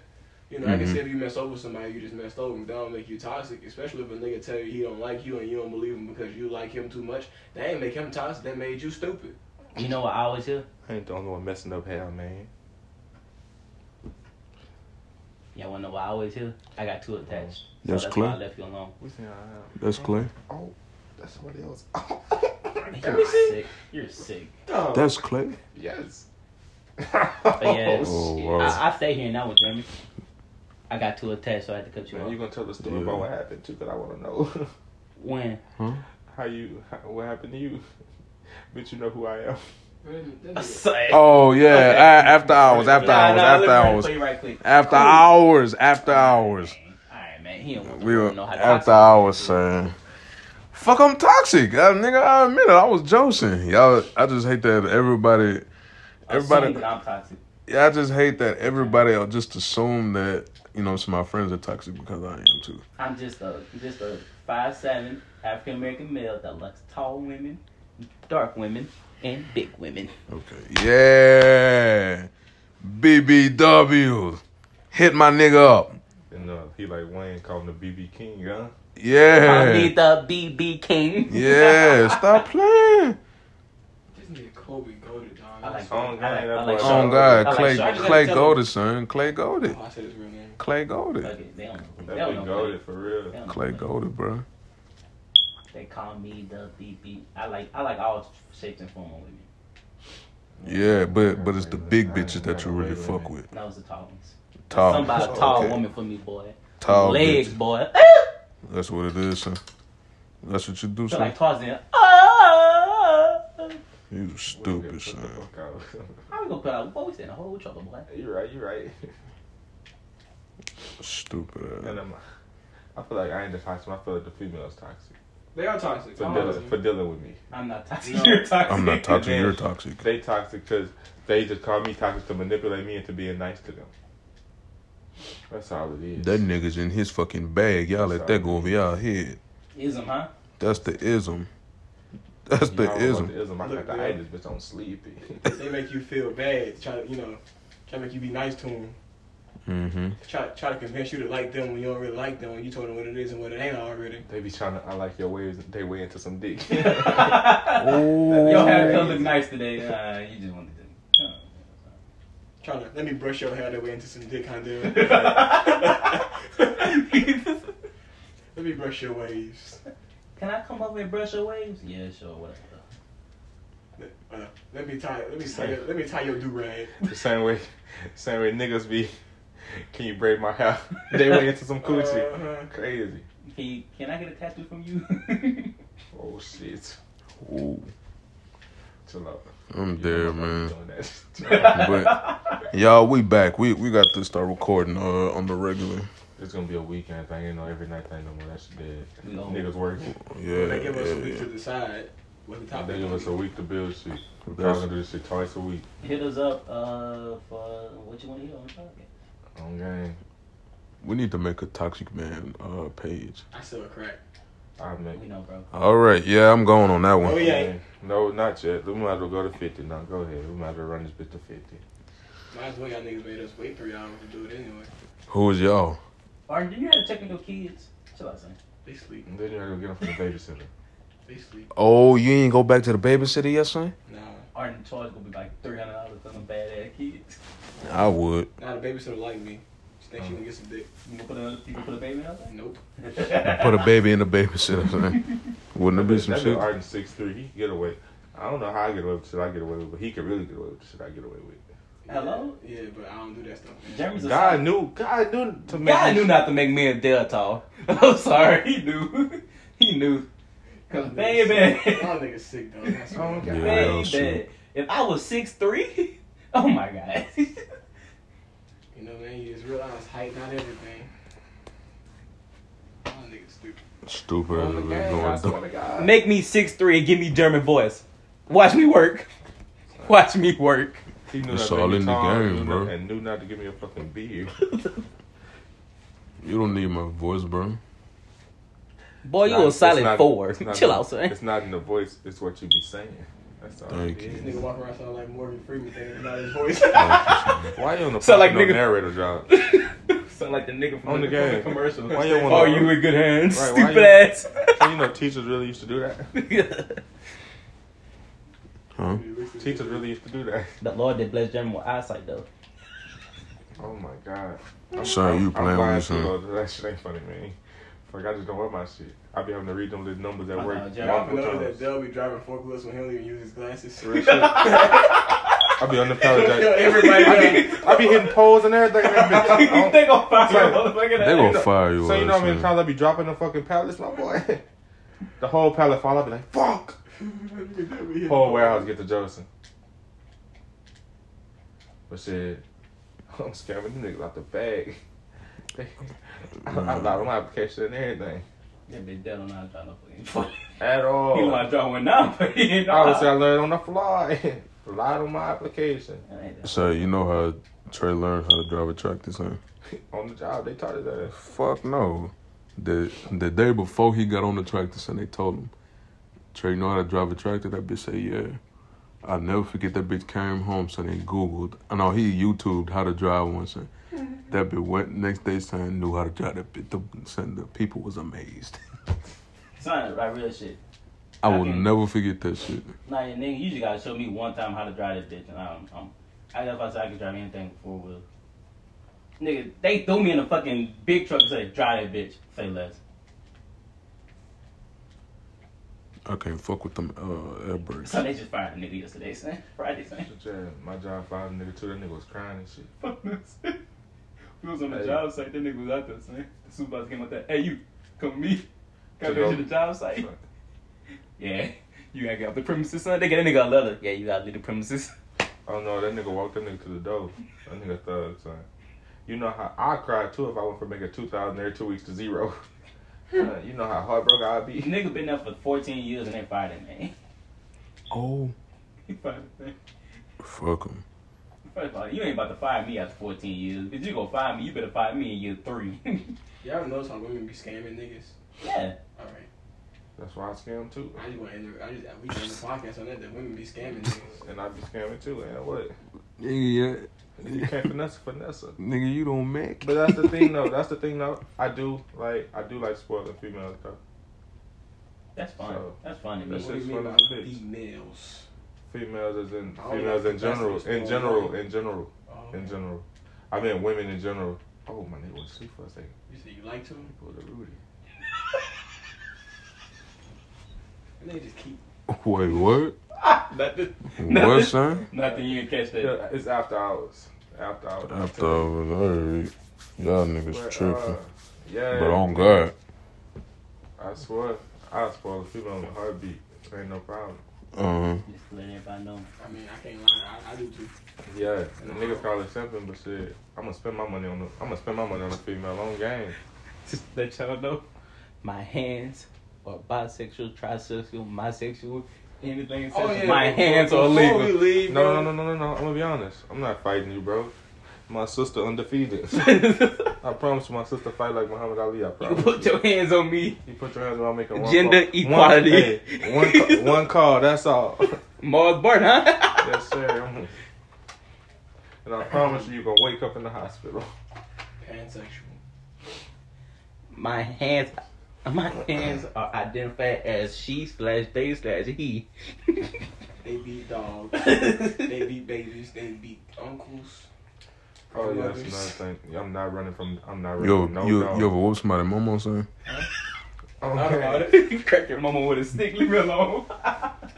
S5: You know, I can
S3: Mm-hmm.
S2: Mhm.
S5: say if you mess over somebody, you just messed over them. That don't make you toxic, especially if a nigga tell you he don't like you and you don't believe him because you like him too much. That ain't make him toxic. That made you stupid.
S3: You know what I always hear?
S4: I ain't the only one messing up hell, man.
S3: Y'all wanna know what I always hear? I got too attached. So
S2: That's
S3: that's why I
S2: Clay.
S3: left you alone.
S2: That's Clay.
S4: Oh, That's somebody else.
S3: Man, You're sick. You're sick.
S2: That's Clay.
S4: Oh, yes.
S3: But yeah,
S2: Oh, wow.
S3: I, I stay here now with Jeremy. I got too attached, so I had to cut you
S4: Man, you
S3: off.
S4: gonna tell the story
S2: Yeah.
S4: about what happened too? Cause I wanna know
S3: When?
S4: how you, how, what happened to you. Bitch, you know who I am.
S3: Say.
S2: Oh, yeah.
S3: Okay.
S2: a- after hours, after
S3: Nah,
S2: hours,
S3: nah, let
S2: after
S3: me
S2: hours.
S3: play you right quick.
S2: After hours, after hours.
S3: All right, man. He don't want
S2: We were
S3: to know how to
S2: after
S3: talk.
S2: hours, sir. Fuck, I'm toxic, I, nigga. I admit it. I was joking, y'all. I just hate that everybody.
S3: Assume
S2: Everybody,
S3: that I'm toxic.
S2: yeah. I just hate that everybody will just assume that you know some of my friends are toxic because I am too.
S3: I'm just a just a five seven African American male that likes tall women, dark women, and big women.
S2: Okay. Yeah. BBW, hit my nigga up.
S4: And uh, he like Wayne calling the BB King, huh?
S3: I need
S2: Yeah.
S3: the BB King.
S2: Yeah. Stop playing.
S5: This nigga Kobe goaded, dog.
S3: I like.
S4: Oh, God,
S3: I like. I
S4: that
S3: like.
S4: boy-
S2: Oh
S3: short- I
S2: God,
S3: like
S2: Clay,
S3: short-
S2: Clay goaded, son. Clay goaded.
S5: Oh, I said his real name.
S2: Clay goaded.
S3: Fuck it, They don't. They
S4: That
S3: don't
S4: bitch
S3: know.
S4: goaded for
S3: They
S4: real.
S3: don't know
S2: Clay
S3: Clay.
S2: goaded, bro.
S3: They call me the BB. I like. I like all shapes and form of women.
S2: Yeah, but but it's the big bitches that you really fuck with.
S3: That was the tall ones.
S2: Tall,
S3: Somebody a tall
S2: Oh. okay.
S3: woman for me, boy.
S2: tall
S3: Legs,
S2: bitches.
S3: boy.
S2: That's what it is, son. That's what you do,
S3: Feel
S2: son.
S3: like Tarzan. Ah!
S2: You
S4: Put
S2: stupid,
S4: the
S2: son.
S4: fuck out.
S3: How we gonna put out? Boy, we in a whole trouble, boy.
S4: you right, you right.
S2: Stupid.
S4: And
S2: Ass.
S4: I'm, I feel like I ain't the toxic. I feel like the female's toxic
S5: They are toxic.
S4: for
S5: All of
S4: dealing
S5: them.
S4: for dealing with me.
S3: I'm not toxic.
S5: No.
S3: You're toxic.
S2: I'm not toxic.
S4: Man.
S2: You're toxic.
S4: They toxic because they just call me toxic to manipulate me into being nice to them. That's all it is.
S2: That nigga's in his fucking bag. Y'all let that go over y'all head.
S3: Ism, huh?
S2: That's the ism. That's
S4: You know,
S2: the
S4: I don't want
S2: ism.
S4: The ism. I got
S5: Look,
S4: the
S5: man.
S4: itis, bitch. I'm sleepy.
S5: They make you feel bad. Try to, you know, try to make you be nice to them.
S2: Mm-hmm.
S5: Try, try to convince you to like them when you don't really like them. When you told them what it is and what it ain't already.
S4: they be trying to. I like your ways. They way into some dick.
S3: Your
S2: Oh.
S3: hair don't look nice today. Uh, you just wanted to. Oh.
S5: Trying to let me brush your hair that way into some dick, huh, dude? let me brush your waves.
S3: Can I come over and brush your waves? Yeah, sure, whatever.
S5: Uh, let me tie. Let me tie. Your, let me tie your do rag.
S4: the same way, same way niggas be. Can you braid my hair? they way into some coochie.
S5: Uh-huh.
S4: Crazy.
S3: Can, you, can I get a tattoo from you?
S4: Oh shit.
S2: Ooh.
S4: Chill out.
S2: I'm
S4: You
S2: there,
S4: don't wanna
S2: man.
S4: be doing that.
S2: But y'all, we back. We we got to start recording uh, on the regular.
S4: it's gonna be a weekend thing. You know, every night thing no more. That's dead.
S3: We own.
S4: Niggas work.
S2: Yeah.
S5: they give us
S2: yeah,
S5: a week
S2: yeah.
S5: to decide what the topic
S4: They give us
S5: is.
S4: a week to build shit. We're
S2: That's-
S4: probably gonna do this shit twice a week.
S3: Hit us up uh, for what you want to hear on the podcast.
S4: On game.
S2: We need to make a toxic man uh, page.
S5: I still a crack.
S4: I make.
S3: We know, bro.
S2: All right, yeah, I'm going on that one.
S5: Oh, yeah.
S4: No, not yet. We might as well go to 50 now. Go ahead. We might as well run this bitch to 50.
S5: Might as well y'all niggas made us wait three hours to do it anyway.
S2: Who is y'all?
S3: Arden, do you have to check on your kids? Chill out, son.
S5: They sleep.
S4: And then you gotta go get them from the babysitter.
S5: They sleep.
S2: Oh, you ain't go back to the babysitter yet, son?
S5: Nah.
S3: Arden charge gonna be like three hundred dollars for some bad ass kids.
S2: I would.
S5: Nah, the babysitter like me. She think she gonna get some dick.
S3: You gonna put another? You gonna put a baby out there?
S5: Nope.
S2: Put a baby in the babysitter, son. Wouldn't it be some
S4: That
S2: shit?
S4: bitch Arden 6'3. He can get away. I don't know how I get away with shit I get away with, but he can really get away with shit I get away with.
S3: Hello?
S5: Yeah, yeah, but I don't do that stuff. man.
S3: Jeremy's a
S4: God
S3: son.
S4: knew. God knew to make
S3: God
S4: me-
S3: knew not to make me a Del tall. I'm sorry, he knew. He knew. Cause baby,
S5: Y'all niggas sick though. That's
S4: Oh,
S5: what
S4: okay.
S5: I'm
S2: Yeah,
S3: baby,
S2: shit.
S3: if I was six three, oh my god,
S5: You know, man, you just realize height not everything. Y'all niggas stupid.
S2: Stupid.
S5: Oh my God, I
S2: as
S5: swear
S2: going
S5: to God.
S1: Make me six three and give me German voice. Watch me work. Watch me work.
S4: He knew
S2: It's
S4: not to
S2: all
S4: be
S2: in the
S4: tall,
S2: game,
S4: knew
S2: bro.
S4: not- And knew not to give me a fucking beard.
S2: you don't need my voice, bro.
S1: Boy, Oh, you
S4: Nah,
S1: a
S4: it's- it's
S1: solid
S4: not-
S1: four.
S4: it's not-
S1: Chill out, son.
S4: It's not in the voice. It's what you be saying. That's all.
S2: Thank
S4: it
S2: you.
S4: is.
S5: This nigga walking around sounding like Morgan Freeman thing. It's not his voice.
S4: Why you on the
S1: Sound like
S4: fucking
S1: nigga-
S4: narrator job?
S1: Sound like the nigga
S4: On the game.
S5: commercial.
S4: Why you
S1: Oh,
S4: wanna-
S1: you in good hands,
S4: Right, why
S1: stupid
S4: you-
S1: ass.
S4: So, you know, teachers really used to do that.
S2: Huh?
S4: Teachers really used to do that.
S3: The Lord did bless Jeremy with eyesight, though.
S4: Oh my god.
S2: Sorry, you playing
S4: lying
S2: with me, son.
S4: too, though. That shit ain't funny, man. Fuck, I just don't wear my shit. I be having to read them little numbers
S3: I
S4: at work.
S3: know, Jeremy.
S5: Y'all
S4: multiple
S5: Uh, know that
S4: times.
S5: Dell be driving forklifts when he don't even use his glasses.
S4: Real shit. I be unapologetic.
S5: Everybody
S4: I be, I be hitting poles and everything. and that bitch. I don't-
S1: they gonna find
S4: Right.
S1: motherfucker.
S2: They gonna fire you.
S4: So you know
S2: ass,
S4: how many
S2: man.
S4: times I be dropping the fucking pallets, my boy. The whole pallet fall. I be like, fuck. Whole warehouse get to Joseph. But shit, I'm scamming them niggas out the bag. They- I, I lied on my application and everything.
S3: That bitch dead on our job. No fucking
S4: At all.
S3: He on our job now, but he ain't
S4: Oh. I would
S3: on
S4: say I learned on the fly. Lied on my application.
S2: So you know how Trey learned how to drive a truck this time?
S4: On the job, they taught us that.
S2: Fuck no. The the day before he got on the tractor, and they told him, Trey, you know how to drive a tractor? That bitch said, yeah. I'll never forget that bitch came home, son, and Googled. I know he YouTubed how to drive one, son. That bitch went next day, son, knew how to drive that bitch. The, son, the people was amazed.
S3: Son, like real shit.
S2: I will
S3: Okay.
S2: never forget that shit.
S3: Nah, your nigga, you just gotta show me one time how to drive this bitch, and I'm, I'm I guess if I said I could drive anything four wheel. Nigga, they threw me in a fucking big truck and said, drive that bitch. Say less.
S2: I can't fuck with them uh, air brakes.
S3: So they just fired a nigga yesterday, son. Friday, son.
S4: Yeah, My job found a nigga too. That nigga was crying and shit.
S3: Fuck this. We was on the
S4: Hey.
S3: job site, that nigga was out there, son. The supervisor came out there, hey, you, come with me. Come
S4: To go-
S3: to the job site.
S4: Fuck.
S3: Yeah. You gotta get off the premises, son. They get that nigga a letter. Yeah, you gotta leave the premises.
S4: Oh no, that nigga walked that nigga to the door. That nigga thug, son. You know how I cried too if I went from making two thousand every two weeks to zero. Uh, you know how heartbroken I'd be.
S3: Nigga been there for 14 years and they fired him, man.
S2: Oh,
S3: He fired him.
S2: fuck them.
S3: First of all, you ain't about to fire me after 14 years. If you gonna fire me, you better fire me in year three.
S5: Y'all notice how women be scamming niggas?
S3: yeah.
S5: All right.
S4: That's why I scam too.
S5: I just want to end the, I just, we end the podcast on that, that women be scamming niggas.
S4: And I'd be scamming too, and what?
S2: Nigga,
S4: You can't finesse finesse.
S2: yeah, nigga, you don't make.
S4: But that's the thing though, that's the thing though. I do like I do like spoiling females though.
S3: That's fine.
S4: So,
S3: that's fine to me.
S4: That's
S5: What do you
S4: just one
S5: mean by
S4: of the bitch.
S5: females?
S4: Females as in
S5: I don't
S4: females
S5: like
S4: in
S5: the best
S4: general.
S5: of
S4: In
S5: spoiled
S4: general,
S5: women.
S4: in general.
S5: Oh,
S4: In
S5: okay.
S4: general. I mean women in general. Oh my nigga was asleep for a second.
S5: You said you like to them?
S4: Pulled a Rudy.
S5: And they just keep.
S2: Wait, what?
S3: nothing,
S2: What, son?
S3: nothing you can catch that.
S4: Yeah, it's after hours. After hours.
S2: After I was already, y'all niggas
S4: But,
S2: tripping.
S4: uh, yeah.
S2: but on God,
S4: I swear, I spoil people on the heartbeat. Ain't no problem.
S2: uh,
S3: Just let everybody know.
S5: I mean, I can't lie. I, I do too.
S4: Yeah. And the niggas call it simping, but shit, I'm gonna spend my money on the, I'm gonna spend my money on the female on game.
S3: Just let y'all know. My hands are bisexual, trisexual, bisexual, anything. sexual. My hands
S4: Oh,
S3: are
S5: Before
S3: legal.
S5: We leave,
S4: No,
S5: bro,
S4: no, no, no, no, no. I'm gonna be honest. I'm not fighting you, bro. My sister undefeated. I promise you, my sister fight like Muhammad Ali. I
S3: you
S4: promise.
S3: put your hands on me.
S4: You put your hands around making one
S3: Gender
S4: call.
S3: equality.
S4: One, hey, one, ca- one call. That's all.
S3: Mars Bart, huh?
S4: yes, sir. I'm- And I promise you, you're gonna wake up in the hospital.
S5: Pansexual.
S3: my hands. My hands are identified as she slash they slash he.
S5: They beat dogs. they beat babies. They beat uncles.
S4: Oh yeah, that's another thing. I'm not running from. I'm not running.
S2: you
S4: from
S2: ever,
S4: no
S2: you,
S4: dog.
S2: you ever whoop somebody, mama, son?
S4: Oh,
S5: Not about
S4: man.
S5: it.
S3: Crack your mama with a stick, leave me alone.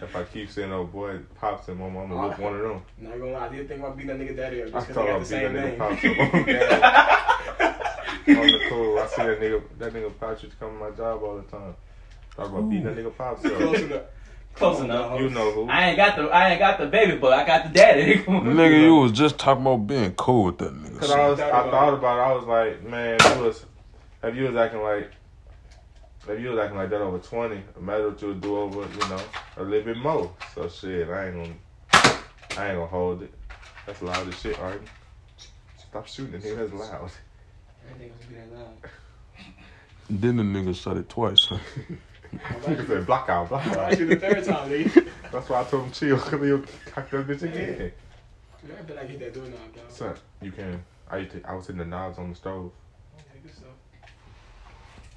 S4: If I keep saying old boy pops and mama, I'm gonna
S5: Oh.
S4: whoop one of them.
S5: Not gonna lie, I did think about beating that nigga daddy up
S4: I
S5: just
S4: thought
S5: because they
S4: I
S5: got the
S4: beat that
S5: same
S4: nigga
S5: name.
S4: pops up. on the cool. I see that nigga that nigga pops used to come to my job all the time. Talk about beating that nigga pops
S5: Close
S4: up.
S5: enough.
S3: Close enough.
S4: You know who.
S3: I ain't got the I ain't got the baby, but I got the daddy.
S2: Nigga, you was just talking about being cool with that nigga.
S4: Cause
S2: so-
S4: I was, I thought about it. I was like, man, you was, if you was acting like, if you was acting like that over twenty, imagine what you would do over, you know, a little bit more. So shit, I ain't gonna, I ain't gonna hold it. That's loud as shit, Arden. Stop shooting at him. That's loud.
S5: I didn't think it was gonna be that loud.
S2: Then the nigga shot it twice.
S4: Nigga said block out, block
S5: I
S4: out.
S5: might do the third time, nigga.
S4: That's why I told him chill. Cause he'll cock that bitch again.
S5: Dude, I bet I hit that doorknob, dog.
S4: Son, you can. I used to, I was hitting the knobs on the stove.
S5: Okay, good stuff.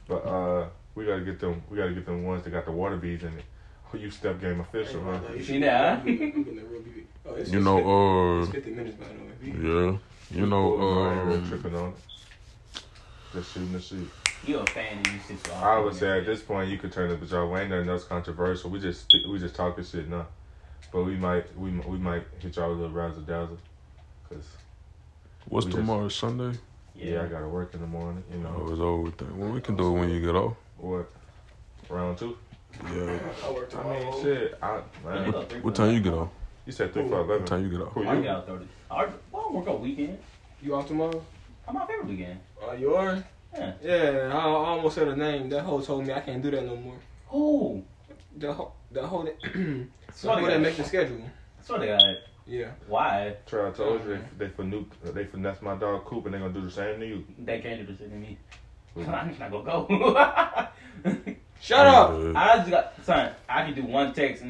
S4: But uh, we gotta get them. We gotta get them ones that got the water beads in it. Oh, you step game official,
S5: Hey,
S4: huh?
S5: bro,
S3: You
S5: you
S3: see that, huh?
S5: I'm getting that real beauty. Oh, it's
S2: You
S5: just fif-
S2: know, uh,
S5: it's 50 minutes, by the way. We-
S2: yeah. You know,
S4: Oh, I ain't really
S2: um,
S4: tripping on it. Just shooting the shoot.
S3: You a fan of you shit? So
S4: I would say at this point you could turn the bitch off. Ain't nothing else controversial. We just speak- we just talking shit now, but we might we we might hit y'all with a little razzle dazzle, cause
S2: what's
S4: We just-
S2: tomorrow? Sunday?
S4: yeah. I gotta work in the morning. You
S2: Oh,
S4: know
S2: it's over with that. Well, we can do it when you get off.
S4: what? Round two.
S2: Yeah.
S5: I worked
S4: I
S5: all
S4: mean,
S5: over.
S4: shit. I, man,
S2: What, what time you get off?
S4: you said three for
S2: What
S4: eleven.
S2: time you get off?
S4: Who
S3: I
S4: you?
S3: got thirty. I well, I work on weekend.
S5: You off tomorrow?
S3: I'm my favorite weekend.
S5: Uh, you are?
S3: Yeah.
S5: Yeah, I, I almost said her name. That hoe told me I can't do that no more.
S3: Oh,
S5: The hoe, the hoe that, the
S3: swear
S5: hoe
S3: to
S5: that
S3: God.
S5: make the schedule.
S3: Swear to God.
S5: Yeah.
S3: Why
S4: Trey, I told you they, they finesse they finesse my dog Coop and they gonna do the same to you.
S3: they can't do the shit to me? I'm not gonna go.
S5: Shut up!
S2: Yeah.
S3: I just got son. I can do one text and they